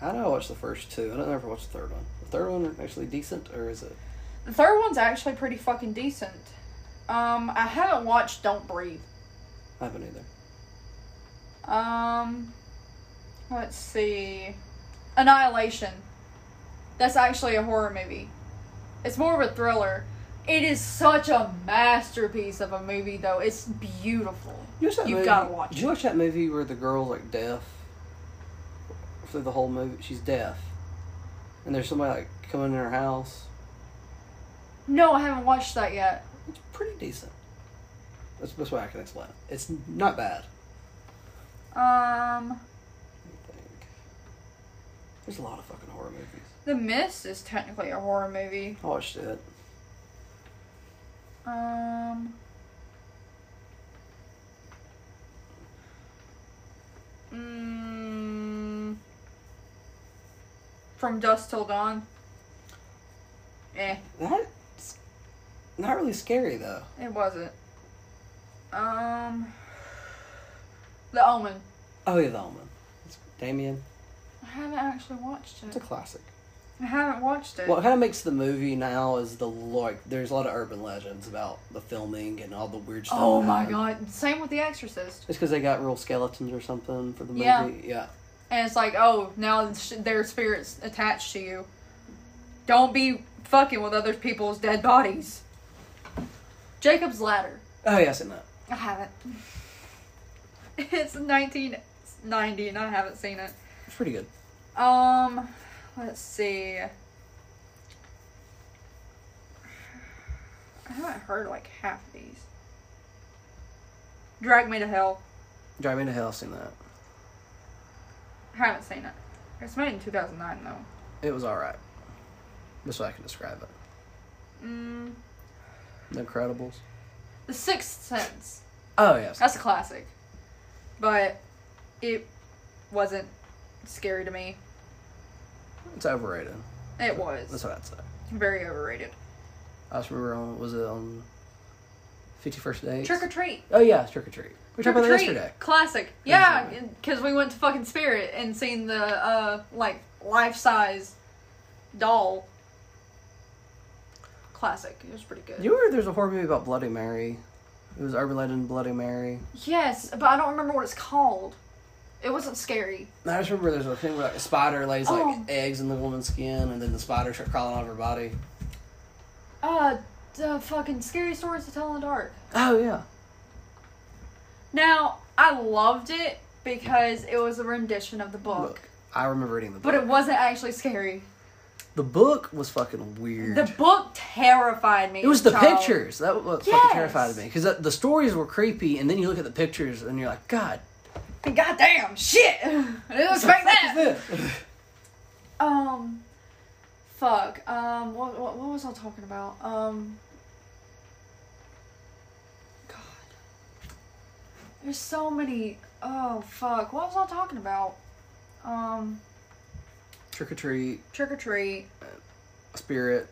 Speaker 2: I know I watched the first two. I don't ever watch the third one. The third one actually decent, or is it?
Speaker 1: The third one's actually pretty fucking decent. Um, I haven't watched Don't Breathe.
Speaker 2: I haven't either.
Speaker 1: Um, let's see. Annihilation. That's actually a horror movie. It's more of a thriller. It is such a masterpiece of a movie, though. It's beautiful.
Speaker 2: You watched that
Speaker 1: You've
Speaker 2: movie-
Speaker 1: gotta watch
Speaker 2: Did you
Speaker 1: it.
Speaker 2: watch that movie where the girl's like deaf through the whole movie? She's deaf, and there's somebody like coming in her house.
Speaker 1: No, I haven't watched that yet.
Speaker 2: It's pretty decent. That's that's what I can explain. it. It's not bad.
Speaker 1: Um,
Speaker 2: I think. There's a lot of fucking horror movies.
Speaker 1: The Mist is technically a horror movie.
Speaker 2: I watched it.
Speaker 1: Um. Mm, from Dusk Till Dawn. Eh,
Speaker 2: That's not really scary though.
Speaker 1: it wasn't. Um. The Omen.
Speaker 2: Oh yeah, the Omen. It's Damien.
Speaker 1: I haven't actually watched
Speaker 2: It's
Speaker 1: it.
Speaker 2: a classic.
Speaker 1: I haven't watched it.
Speaker 2: What kind of makes the movie now is the like. There's a lot of urban legends about the filming and all the weird stuff.
Speaker 1: Oh
Speaker 2: that
Speaker 1: my
Speaker 2: happened.
Speaker 1: god. Same with The Exorcist.
Speaker 2: It's because they got real skeletons or something for the movie.
Speaker 1: Yeah.
Speaker 2: Yeah.
Speaker 1: And it's like, oh, now sh- their spirits attached to you. Don't be fucking with other people's dead bodies. Jacob's Ladder.
Speaker 2: Oh yeah, I seen that.
Speaker 1: I haven't. It's 1990 and I haven't seen it.
Speaker 2: It's pretty good.
Speaker 1: Um, let's see. I haven't heard like half of these. Drag Me to Hell.
Speaker 2: Drive Me to Hell, I seen that.
Speaker 1: I haven't seen it. It's made in 2009 though.
Speaker 2: It was all right. That's what I can describe it.
Speaker 1: Mm,
Speaker 2: The Incredibles.
Speaker 1: The Sixth Sense.
Speaker 2: Oh yes.
Speaker 1: That's a classic. But it wasn't scary to me.
Speaker 2: It's overrated.
Speaker 1: It was.
Speaker 2: That's what I'd say.
Speaker 1: Very overrated.
Speaker 2: I just remember on was it on Fifty First Dates?
Speaker 1: Trick or treat.
Speaker 2: Oh yeah, it's Trick or Treat. We
Speaker 1: Trick
Speaker 2: talked
Speaker 1: or
Speaker 2: about that
Speaker 1: treat.
Speaker 2: yesterday.
Speaker 1: Classic.
Speaker 2: Yeah,
Speaker 1: Yeah, because we went to fucking Spirit and seen the, uh, like, life size doll. Classic. It was pretty good.
Speaker 2: You heard there's a horror movie about Bloody Mary. It was urban legend Bloody Mary.
Speaker 1: yes, but I don't remember what it's called. It wasn't scary.
Speaker 2: And I just remember there's a thing where like a spider lays like
Speaker 1: Oh.
Speaker 2: eggs in the woman's skin, and then the spider starts crawling out of her body.
Speaker 1: Uh, the fucking scary stories to tell in the dark.
Speaker 2: Oh yeah.
Speaker 1: Now, I loved it because it was a rendition of the book.
Speaker 2: Look, I remember reading the book.
Speaker 1: But it wasn't actually scary.
Speaker 2: the book was fucking weird.
Speaker 1: The book terrified me.
Speaker 2: it was the
Speaker 1: child.
Speaker 2: pictures that was what
Speaker 1: Yes.
Speaker 2: fucking terrified me because the, the stories were creepy, and then you look at the pictures and you're like, God,
Speaker 1: Goddamn shit! I didn't
Speaker 2: what the
Speaker 1: expect that.
Speaker 2: fuck is this?
Speaker 1: Um, fuck. Um, what, what what was I talking about? Um, God, there's so many. Oh fuck! What was I talking about? Um,
Speaker 2: Trick or treat,
Speaker 1: trick or treat.
Speaker 2: spirit.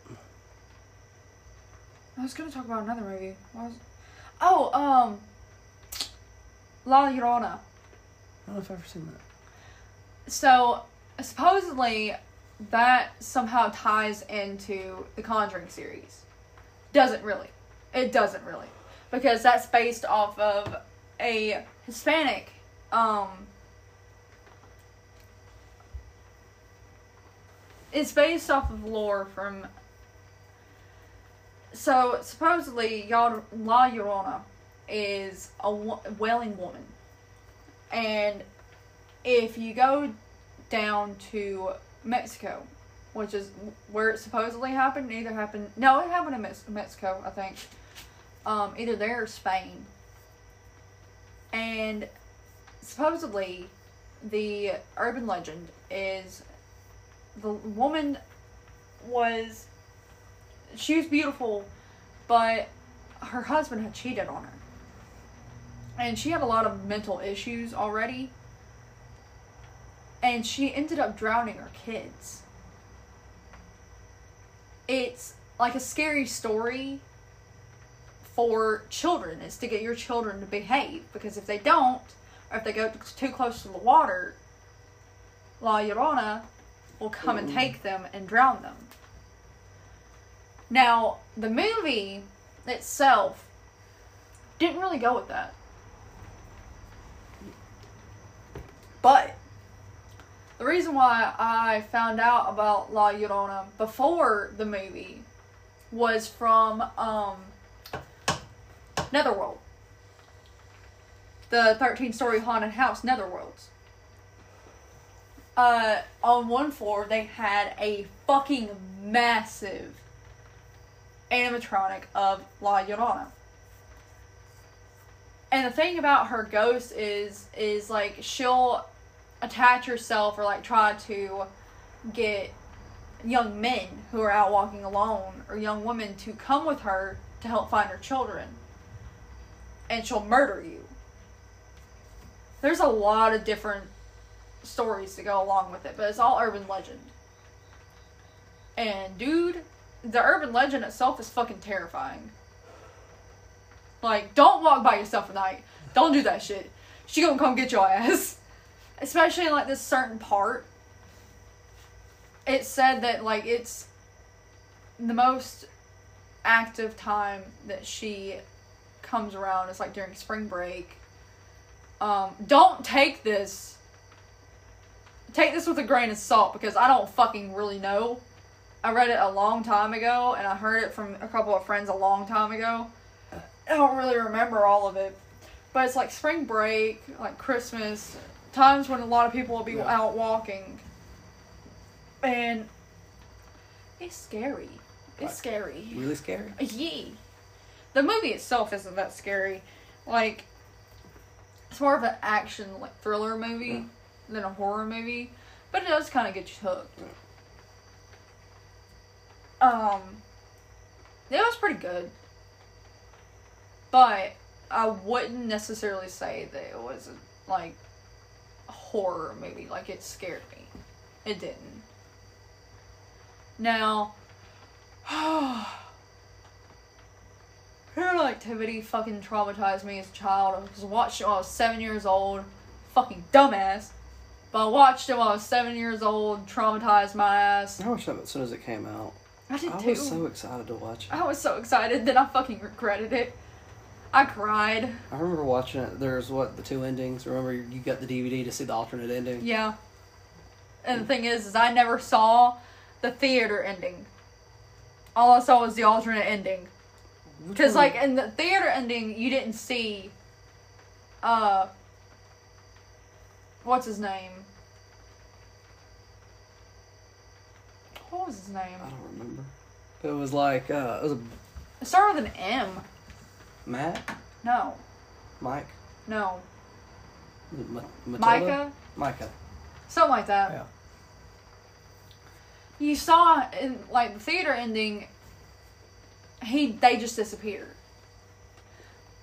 Speaker 1: I was gonna talk about another movie. What was... Oh, um, La Llorona.
Speaker 2: I don't know if I've ever seen that.
Speaker 1: So supposedly that somehow ties into the Conjuring series. Doesn't really. It doesn't really. Because that's based off of a Hispanic um It's based off of lore from so supposedly Yar- La Llorona is a wo- wailing woman. And if you go down to Mexico, which is where it supposedly happened, it either happened no, it happened in Mex- Mexico, I think. Um, either there or Spain. And supposedly, the urban legend is the woman was she was beautiful, but her husband had cheated on her. And she had a lot of mental issues already and she ended up drowning her kids. It's like a scary story for children is to get your children to behave because if they don't, or if they go too close to the water, La Llorona will come and take them and drown them. Now, the movie itself didn't really go with that. But the reason why I found out about La Llorona before the movie was from um, Netherworld. The 13 story haunted house, Netherworlds. Uh, on one floor, they had a fucking massive animatronic of La Llorona. And the thing about her ghost is, is like she'll attach herself or like try to get young men who are out walking alone or young women to come with her to help find her children. And she'll murder you. There's a lot of different stories to go along with it, but it's all urban legend. And dude, the urban legend itself is fucking terrifying. Like, don't walk by yourself at night. Don't do that shit. She gonna come get your ass. Especially in, like this certain part. It said that like it's the most active time that she comes around is like during spring break. Um, don't take this. Take this with a grain of salt because I don't fucking really know. I read it a long time ago and I heard it from a couple of friends a long time ago. I don't really remember all of it. But it's like spring break, like Christmas, times when a lot of people will be
Speaker 2: Yeah.
Speaker 1: out walking. And it's scary. It's
Speaker 2: Like,
Speaker 1: scary.
Speaker 2: Really scary.
Speaker 1: Yee. The movie itself isn't that scary. Like, it's more of an action like thriller movie
Speaker 2: Yeah.
Speaker 1: than a horror movie, but it does kind of get you hooked. Um, it was pretty good, but I wouldn't necessarily say that it was like a horror movie. Like it scared me, it didn't. Now, Paranormal activity fucking traumatized me as a child. I was watched it when I was seven years old. Fucking dumbass. But I watched it when I was seven years old, traumatized my ass.
Speaker 2: I watched it as soon as it came out.
Speaker 1: I did
Speaker 2: I
Speaker 1: too.
Speaker 2: was so excited to watch it.
Speaker 1: I was so excited that I fucking regretted it. I cried.
Speaker 2: I remember watching it. There's what the two endings. Remember, you got the DVD to see the alternate ending.
Speaker 1: Yeah. And the thing is, is I never saw the theater ending. All I saw was the alternate ending.
Speaker 2: Which
Speaker 1: Because
Speaker 2: one-
Speaker 1: like in the theater ending, you didn't see, uh, what's his name? What was his name?
Speaker 2: I don't remember. But it was like uh, it was a
Speaker 1: It started with an M.
Speaker 2: Matt,
Speaker 1: No,
Speaker 2: Mike,
Speaker 1: no,
Speaker 2: M- Matilda?
Speaker 1: Micah,
Speaker 2: Micah.
Speaker 1: something like that.
Speaker 2: Yeah.
Speaker 1: You saw in like the theater ending. He they just disappear.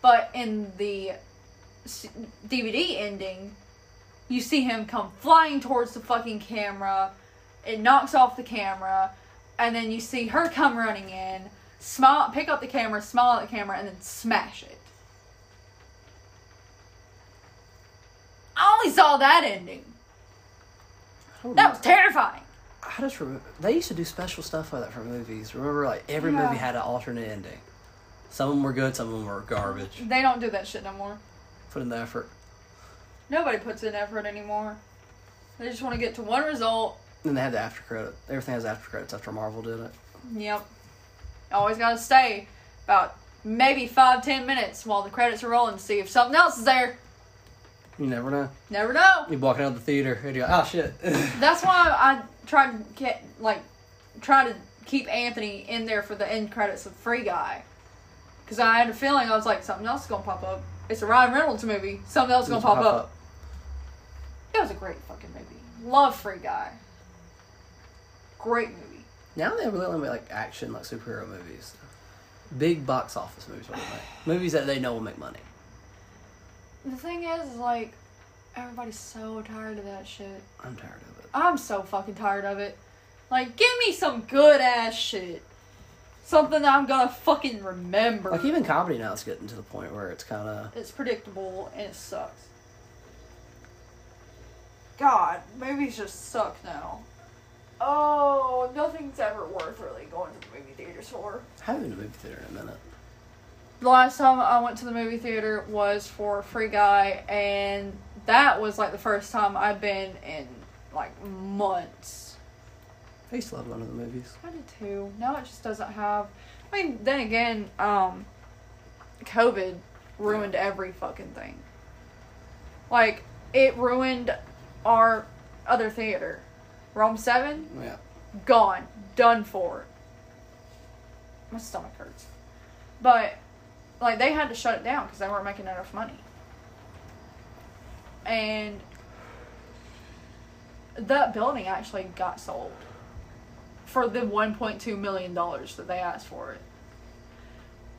Speaker 1: But in the s- DVD ending, you see him come flying towards the fucking camera. It knocks off the camera, and then you see her come running in, smile, pick up the camera, smile at the camera, and then smash it. I only saw that ending.
Speaker 2: I don't
Speaker 1: That
Speaker 2: remember.
Speaker 1: was terrifying.
Speaker 2: I just remember they used to do special stuff like that for movies. Remember, like every
Speaker 1: Yeah.
Speaker 2: movie had an alternate ending. Some of them were good, some of them were garbage.
Speaker 1: They don't do that shit no more.
Speaker 2: Put in the effort.
Speaker 1: Nobody puts in effort anymore. They just want to get to one result.
Speaker 2: Then they had the after credit. Everything has after credits after Marvel did it.
Speaker 1: Yep. Always gotta stay about maybe five, ten minutes while the credits are rolling to see if something else is there.
Speaker 2: You never know.
Speaker 1: Never know.
Speaker 2: You walking out of the theater and you go, oh shit.
Speaker 1: That's why I tried to get like try to keep Anthony in there for the end credits of Free Guy, because I had a feeling I was like something else is gonna pop up. It's a Ryan Reynolds movie. Something else is gonna pop, up. It was a great fucking movie. Love Free Guy. Great movie.
Speaker 2: Now they really only make like action, like superhero movies. Big box office movies, what they make. movies that they know will make money.
Speaker 1: The thing is, is like Everybody's so tired of that shit.
Speaker 2: I'm tired of it.
Speaker 1: I'm so fucking tired of it. Like, give me some good ass shit. Something that I'm gonna fucking remember.
Speaker 2: Like even comedy now is getting to the point where it's kind of
Speaker 1: it's predictable and it sucks. God, movies just suck now. Oh, nothing's ever worth really going to the movie theaters for.
Speaker 2: haven't been to the movie theater in a minute.
Speaker 1: The last time I went to the movie theater was for Free Guy, and that was like the first time I've been in like months.
Speaker 2: I used to love going to the movies.
Speaker 1: I did too. Now it just doesn't have. I mean, then again, um, COVID ruined every fucking thing. Like it ruined our other theater. Rome Seven
Speaker 2: Yeah.
Speaker 1: gone, done for. My stomach hurts, but like they had to shut it down because they weren't making enough money. And that building actually got sold for the 1.2 million dollars that they asked for it.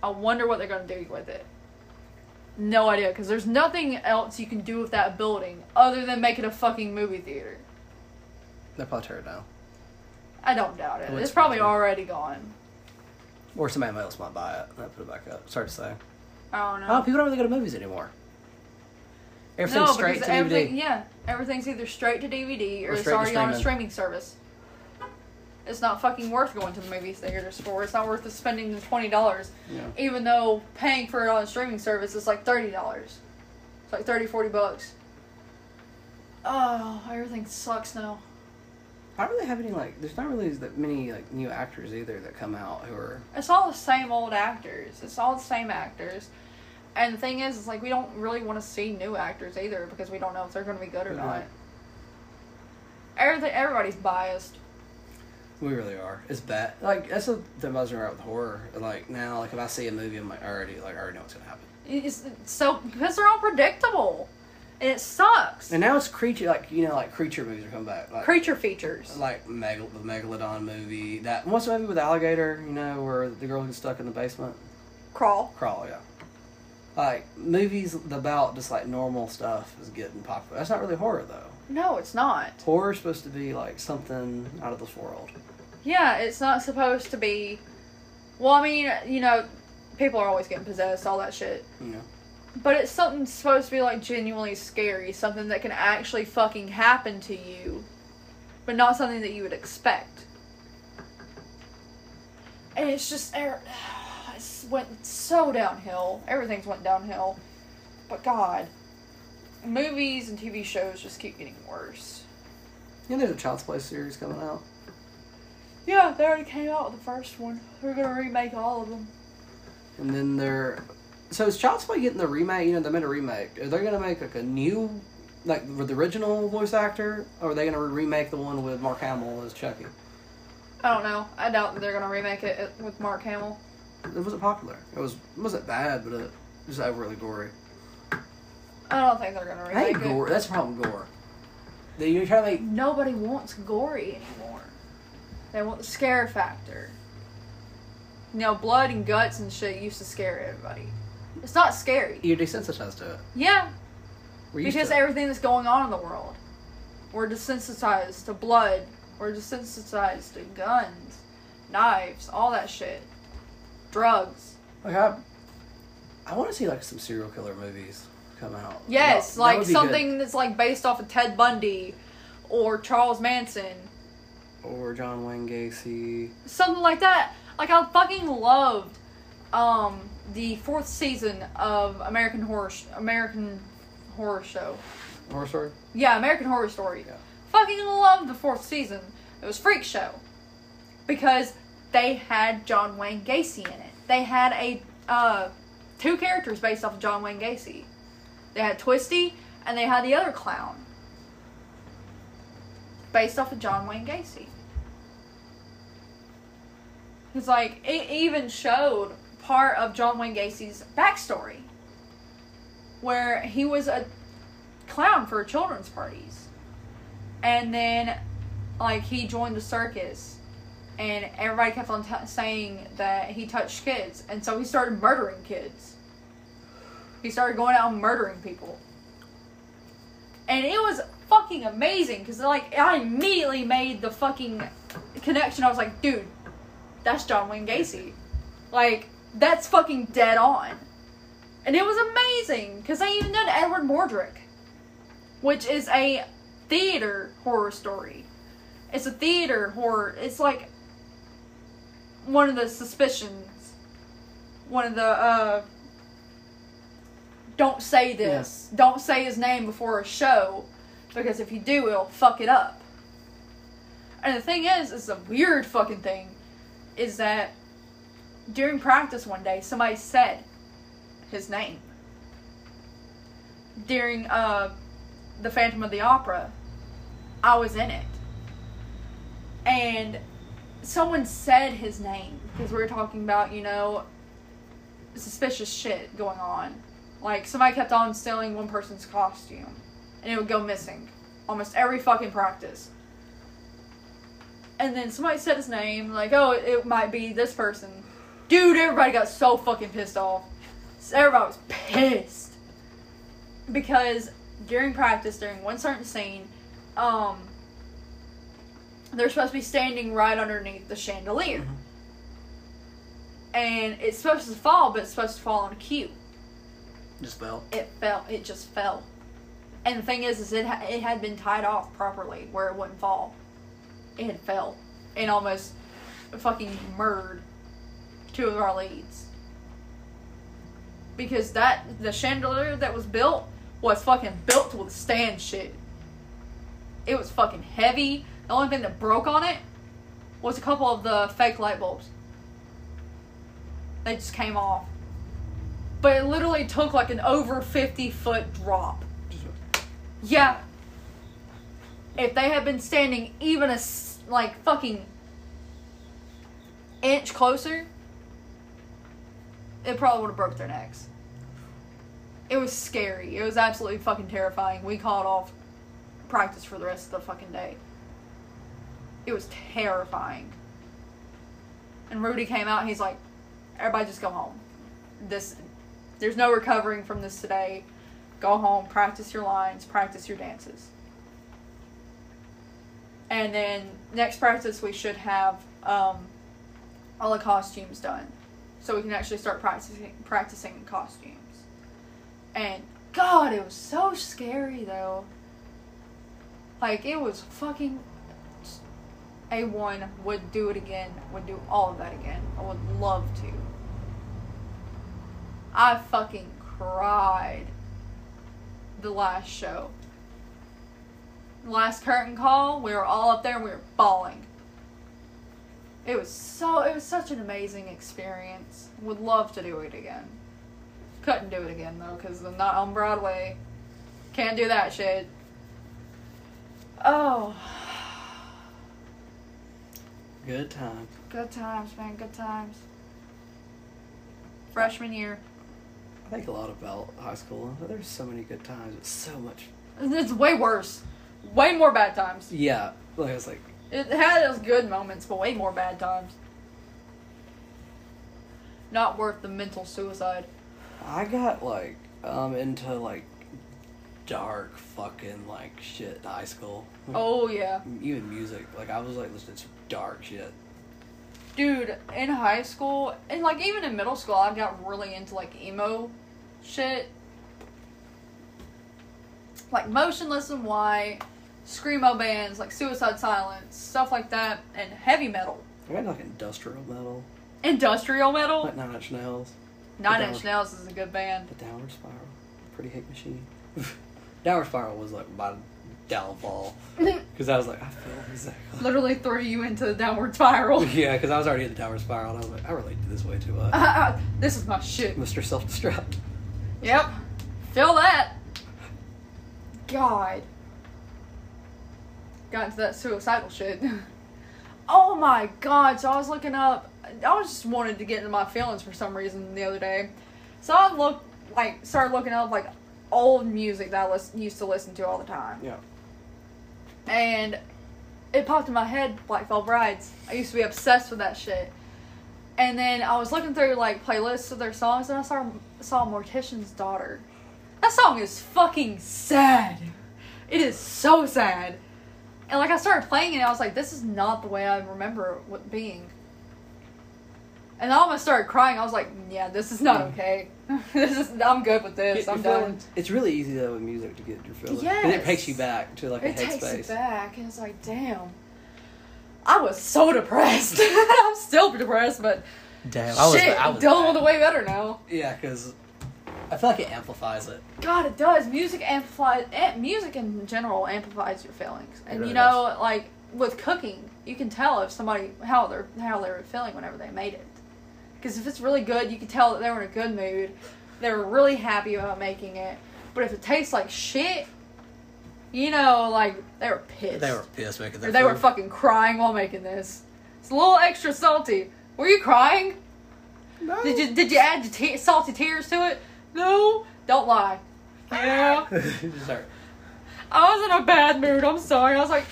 Speaker 1: I wonder what they're going to do with it. No idea because there's nothing else you can do with that building other than make it a fucking movie theater.
Speaker 2: They're probably tired now.
Speaker 1: I don't doubt it.
Speaker 2: Oh,
Speaker 1: It's
Speaker 2: it's
Speaker 1: probably
Speaker 2: possible.
Speaker 1: already gone.
Speaker 2: Or somebody else might buy it and I put it back up. It's hard to say.
Speaker 1: I don't
Speaker 2: Oh,
Speaker 1: know.
Speaker 2: people don't really go to movies anymore. Everything's
Speaker 1: no,
Speaker 2: straight
Speaker 1: because
Speaker 2: to DVD.
Speaker 1: everything, yeah, everything's either straight to DVD or,
Speaker 2: Or
Speaker 1: it's
Speaker 2: straight to
Speaker 1: already on a streaming
Speaker 2: streaming.
Speaker 1: service. It's not fucking worth going to the movie theaters for. It's not worth the spending the twenty dollars,
Speaker 2: Yeah.
Speaker 1: even though paying for it on a streaming service is like thirty dollars. It's like 30, 40 bucks. Oh, everything sucks now.
Speaker 2: I don't really have any like. There's not really that many like new actors either that come out who are.
Speaker 1: It's all the same old actors. It's all the same actors. And the thing is, it's like we don't really want to see new actors either because we don't know if they're going to be good or
Speaker 2: Mhm.
Speaker 1: not. Everything, everybody's biased.
Speaker 2: We really are. It's bad. Like that's the thing about right with horror. Like now, like if I see a movie, I'm like I already like I already know what's gonna happen.
Speaker 1: It's, it's so because they're unpredictable, and it sucks.
Speaker 2: And now it's creature like you know like creature movies are coming back. Like,
Speaker 1: Creature features.
Speaker 2: like Megal- the Megalodon movie. That what's the movie with the alligator? You know where the girl gets stuck in the basement.
Speaker 1: Crawl.
Speaker 2: Crawl. Yeah. Like movies about just like normal stuff is getting popular. That's not really horror though.
Speaker 1: No, it's not.
Speaker 2: Horror's supposed to be like something out of this world.
Speaker 1: Yeah, it's not supposed to be. Well, I mean, you know, people are always getting possessed, all that shit.
Speaker 2: You know.
Speaker 1: But it's something supposed to be like genuinely scary, something that can actually fucking happen to you, but not something that you would expect. And it's just, er- it's went so downhill. Everything's went downhill. But God, movies and TV shows just keep getting worse.
Speaker 2: Yeah, there's a Child's Play series coming out.
Speaker 1: Yeah, they already came out with the first one. They're gonna remake all of them.
Speaker 2: And then they're so is Child's Play getting the remake? You know, they made a remake. Are they gonna make like a new, like with the original voice actor, or are they gonna remake the one with Mark Hamill as Chucky?
Speaker 1: I don't know. I doubt that they're gonna remake it uh, with Mark Hamill.
Speaker 2: It wasn't popular. It was it wasn't bad, but it was overly gory.
Speaker 1: I don't think they're gonna
Speaker 2: I
Speaker 1: remake
Speaker 2: hate
Speaker 1: it.
Speaker 2: gore. That's the problem. with Gore. That you're trying to make.
Speaker 1: nobody wants gory anymore. They want the scare factor. You know, blood and guts and shit used to scare everybody. It's not scary.
Speaker 2: You're desensitized to it.
Speaker 1: Yeah,
Speaker 2: We're used
Speaker 1: because
Speaker 2: to it.
Speaker 1: everything that's going on in the world. We're desensitized to blood. We're desensitized to guns, knives, all that shit. Drugs.
Speaker 2: like I, I want to see like some serial killer movies come out.
Speaker 1: Yes,
Speaker 2: That- that
Speaker 1: like
Speaker 2: would be
Speaker 1: something that's like based off of Ted Bundy or Charles Manson.
Speaker 2: good. or John Wayne Gacy.
Speaker 1: something like that. Like I fucking loved um the fourth season of American Horror Sh- American Horror Show.
Speaker 2: Horror Story.
Speaker 1: Yeah, American Horror Story.
Speaker 2: Yeah.
Speaker 1: Fucking loved the fourth season. It was Freak Show because they had John Wayne Gacy in it. They had a uh, two characters based off of John Wayne Gacy. They had Twisty and they had the other clown based off of John Wayne Gacy. It's like it even showed part of John Wayne Gacy's backstory where he was a clown for children's parties. And then, like, he joined the circus, and everybody kept on t- saying that he touched kids, and so he started murdering kids. He started going out and murdering people. and it was fucking amazing because like I immediately made the fucking connection. I was like, dude, that's John Wayne Gacy. Like that's fucking dead on, and it was amazing because they even did Edward Mordrick, which is a theater horror story. It's a theater horror. It's like one of the suspicions, one of the uh, don't say this, don't say his name before a show, because if you do, it'll fuck it up. And the thing is, it's a weird fucking thing, is that during practice one day, somebody said his name during uh, the Phantom of the Opera. I was in it, and someone said his name because we were talking about you know suspicious shit going on like somebody kept on stealing one person's costume and it would go missing almost every fucking practice and then somebody said his name like oh it, it might be this person dude everybody got so fucking pissed off So everybody was pissed because during practice during one certain scene um they're supposed to be standing right underneath the chandelier. And it's supposed to fall, but it's supposed to fall on cue.
Speaker 2: Just fell.
Speaker 1: It fell. It just fell. And the thing is, is it ha- it had been tied off properly where it wouldn't fall. It had fell and almost fucking murdered two of our leads because that the chandelier that was built was fucking built to withstand shit. It was fucking heavy. The only thing that broke on it was a couple of the fake light bulbs. They just came off. But it literally took like an over 50 foot drop. Yeah. If they had been standing even a s- like fucking inch closer, it probably would have broke their necks. It was scary. It was absolutely fucking terrifying. We called off practice for the rest of the fucking day. It was terrifying. And Rudy came out. He's like, "Everybody, just go home. This, there's no recovering from this today. Go home. Practice your lines. Practice your dances." And then next practice, we should have um, all the costumes done so we can actually start practicing practicing in costumes. And God, it was so scary though. Like it was fucking. A one would do it again. Would do all of that again. I would love to. I fucking cried. The last show. Last curtain call, we were all up there and we were bawling it was so it was such an amazing experience would love to do it again couldn't do it again though because i'm not on broadway can't do that shit oh
Speaker 2: Good time.
Speaker 1: good times man good times freshman year
Speaker 2: I think a lot about high school. There's so many good times. It's so much.
Speaker 1: it's way worse way more bad times
Speaker 2: Yeah. Like I was like,
Speaker 1: it had its good moments but way more bad times not worth the mental suicide
Speaker 2: I got like um into like dark fucking like shit in high school. Like,
Speaker 1: oh yeah
Speaker 2: Even music. Like I was like listening to dark shit.
Speaker 1: dude in high school and like even in middle school i got really into like emo shit like motionless and white screamo bands like suicide silence stuff like that and heavy metal
Speaker 2: I got like industrial metal,
Speaker 1: industrial metal
Speaker 2: like Nine Inch Nails,
Speaker 1: nine
Speaker 2: that
Speaker 1: inch
Speaker 2: was-
Speaker 1: nails is a good band
Speaker 2: The Downward Spiral, Pretty Hate Machine. Downward Spiral was like my downfall because I was like I feel exactly.
Speaker 1: literally threw you into the downward spiral
Speaker 2: Yeah, because I was already in the Downward Spiral and I was like I relate to this way too
Speaker 1: Uh.
Speaker 2: much.
Speaker 1: this is my shit
Speaker 2: Mr. Self Destruct.
Speaker 1: Yep. Feel that. God. Got into that suicidal shit. oh my god. So I was looking up. I was just wanted to get into my feelings for some reason the other day. So I looked, like, started looking up, like, old music that I lis- used to listen to all the time.
Speaker 2: Yeah.
Speaker 1: And it popped in my head, Black Veil Brides. I used to be obsessed with that shit. And then I was looking through like playlists of their songs, and I saw saw Mortician's Daughter. That song is fucking sad. It is so sad. And like I started playing it, I was like, this is not the way I remember what being. And I almost started crying. I was like, "Mm, yeah, this is not okay. this is I'm good with this. I'm
Speaker 2: Mm. Your
Speaker 1: done.
Speaker 2: feelings- It's really easy though with music to get your feelings. And it
Speaker 1: Yes.
Speaker 2: takes you back to like a
Speaker 1: It takes
Speaker 2: headspace.
Speaker 1: it back, and it's like, damn. I was so depressed. I'm still depressed, but
Speaker 2: Damn.
Speaker 4: I was-
Speaker 1: shit,
Speaker 4: I was
Speaker 1: dealing with
Speaker 4: bad.
Speaker 1: it way better now.
Speaker 2: Yeah, because I feel like it amplifies it.
Speaker 1: God, it does. Music amplifies. eh, Music in general amplifies your feelings, and
Speaker 4: really
Speaker 1: you know, like with cooking, you can tell if somebody how they're how they were feeling whenever they made it. Because if it's really good, you can tell that they were in a good mood. They were really happy about making it. But if it tastes like shit, you know, like they were pissed.
Speaker 2: They were pissed making
Speaker 1: or
Speaker 2: their
Speaker 1: they were
Speaker 2: food.
Speaker 1: fucking crying while making this. It's a little extra salty. Were you crying?
Speaker 2: No.
Speaker 1: Did you did you add te- salty tears to it? No. Don't lie. Yeah.
Speaker 2: Just start-
Speaker 1: I was in a bad mood. I'm sorry. I was like,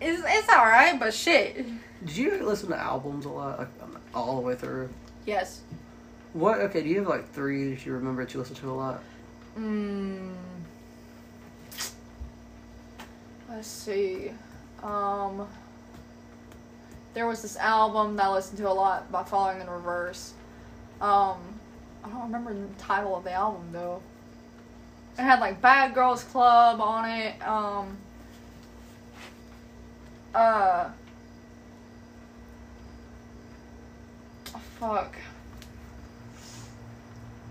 Speaker 1: it's, it's all right, but shit.
Speaker 2: Did you listen to albums a lot, like, um, all the way through?
Speaker 1: Yes.
Speaker 2: What? Okay, do you have like three that you remember that you listen to a lot?
Speaker 1: Mm. Let's see. Um. There was this album that I listened to a lot by Falling in Reverse. Um, I don't remember the title of the album though. It had like Bad Girls Club on it. Um. Uh. oh, fuck.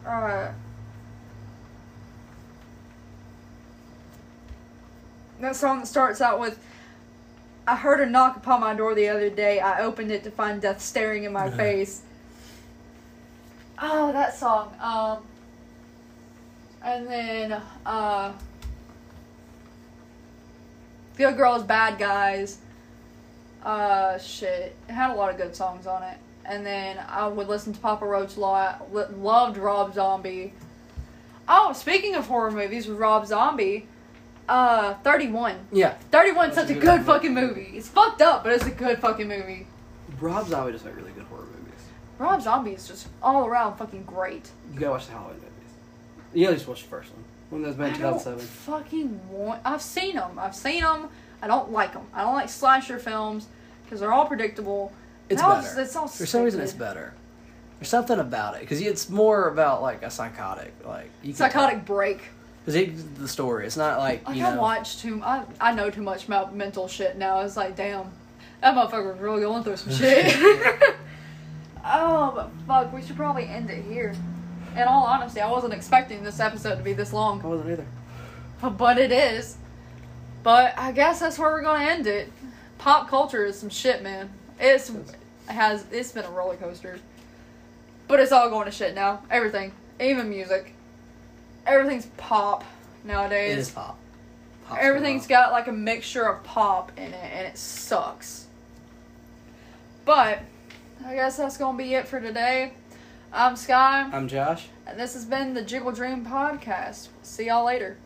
Speaker 1: Uh. That song that starts out with I heard a knock upon my door the other day. I opened it to find death staring in my face. Oh, that song. Um and then uh Good Girls Bad Guys. Uh shit. It had a lot of good songs on it. And then I would listen to Papa Roach a lot. Lo- Loved Rob Zombie. Oh, speaking of horror movies with Rob Zombie, uh 31.
Speaker 2: Yeah,
Speaker 1: 31 is
Speaker 2: That's
Speaker 1: such
Speaker 2: a
Speaker 1: a
Speaker 2: good
Speaker 1: good,
Speaker 2: movie.
Speaker 1: fucking movie. It's fucked up, but it's a good fucking movie.
Speaker 2: Rob Zombie does make really good horror movies.
Speaker 1: Rob Zombie is just all around fucking great.
Speaker 2: You gotta watch the Halloween movies. You gotta just watch the first one. One that's made in
Speaker 1: I don't
Speaker 2: 2007.
Speaker 1: fucking want. I've seen them. I've seen them. I don't like them. I don't like slasher films because they're all predictable.
Speaker 2: It's
Speaker 1: They're all
Speaker 2: better.
Speaker 1: just- it's all
Speaker 2: For some reason, it's
Speaker 1: stupid.
Speaker 2: better. There's something about it because it's more about like a psychotic, like you
Speaker 1: Psychotic break.
Speaker 2: Because the story, it's not like
Speaker 1: Like
Speaker 2: you
Speaker 1: I
Speaker 2: know.
Speaker 1: watch too. I I know too much about mental shit now. It's like damn, that motherfucker's really going through some shit. oh, but fuck, we should probably end it here. In all honesty, I wasn't expecting this episode to be this long.
Speaker 2: I wasn't either.
Speaker 1: but it is. But I guess that's where we're gonna end it. Pop culture is some shit, man. It's has it's been a roller coaster, but it's all going to shit now. Everything, even music, everything's pop nowadays.
Speaker 2: It is pop. Pop's
Speaker 1: Everything's
Speaker 2: good
Speaker 1: got like a mixture of pop in it, and it sucks. But I guess that's gonna be it for today. I'm Sky,
Speaker 2: pop. I'm Josh.
Speaker 1: and this has been the Jiggle Dream Podcast. See y'all later.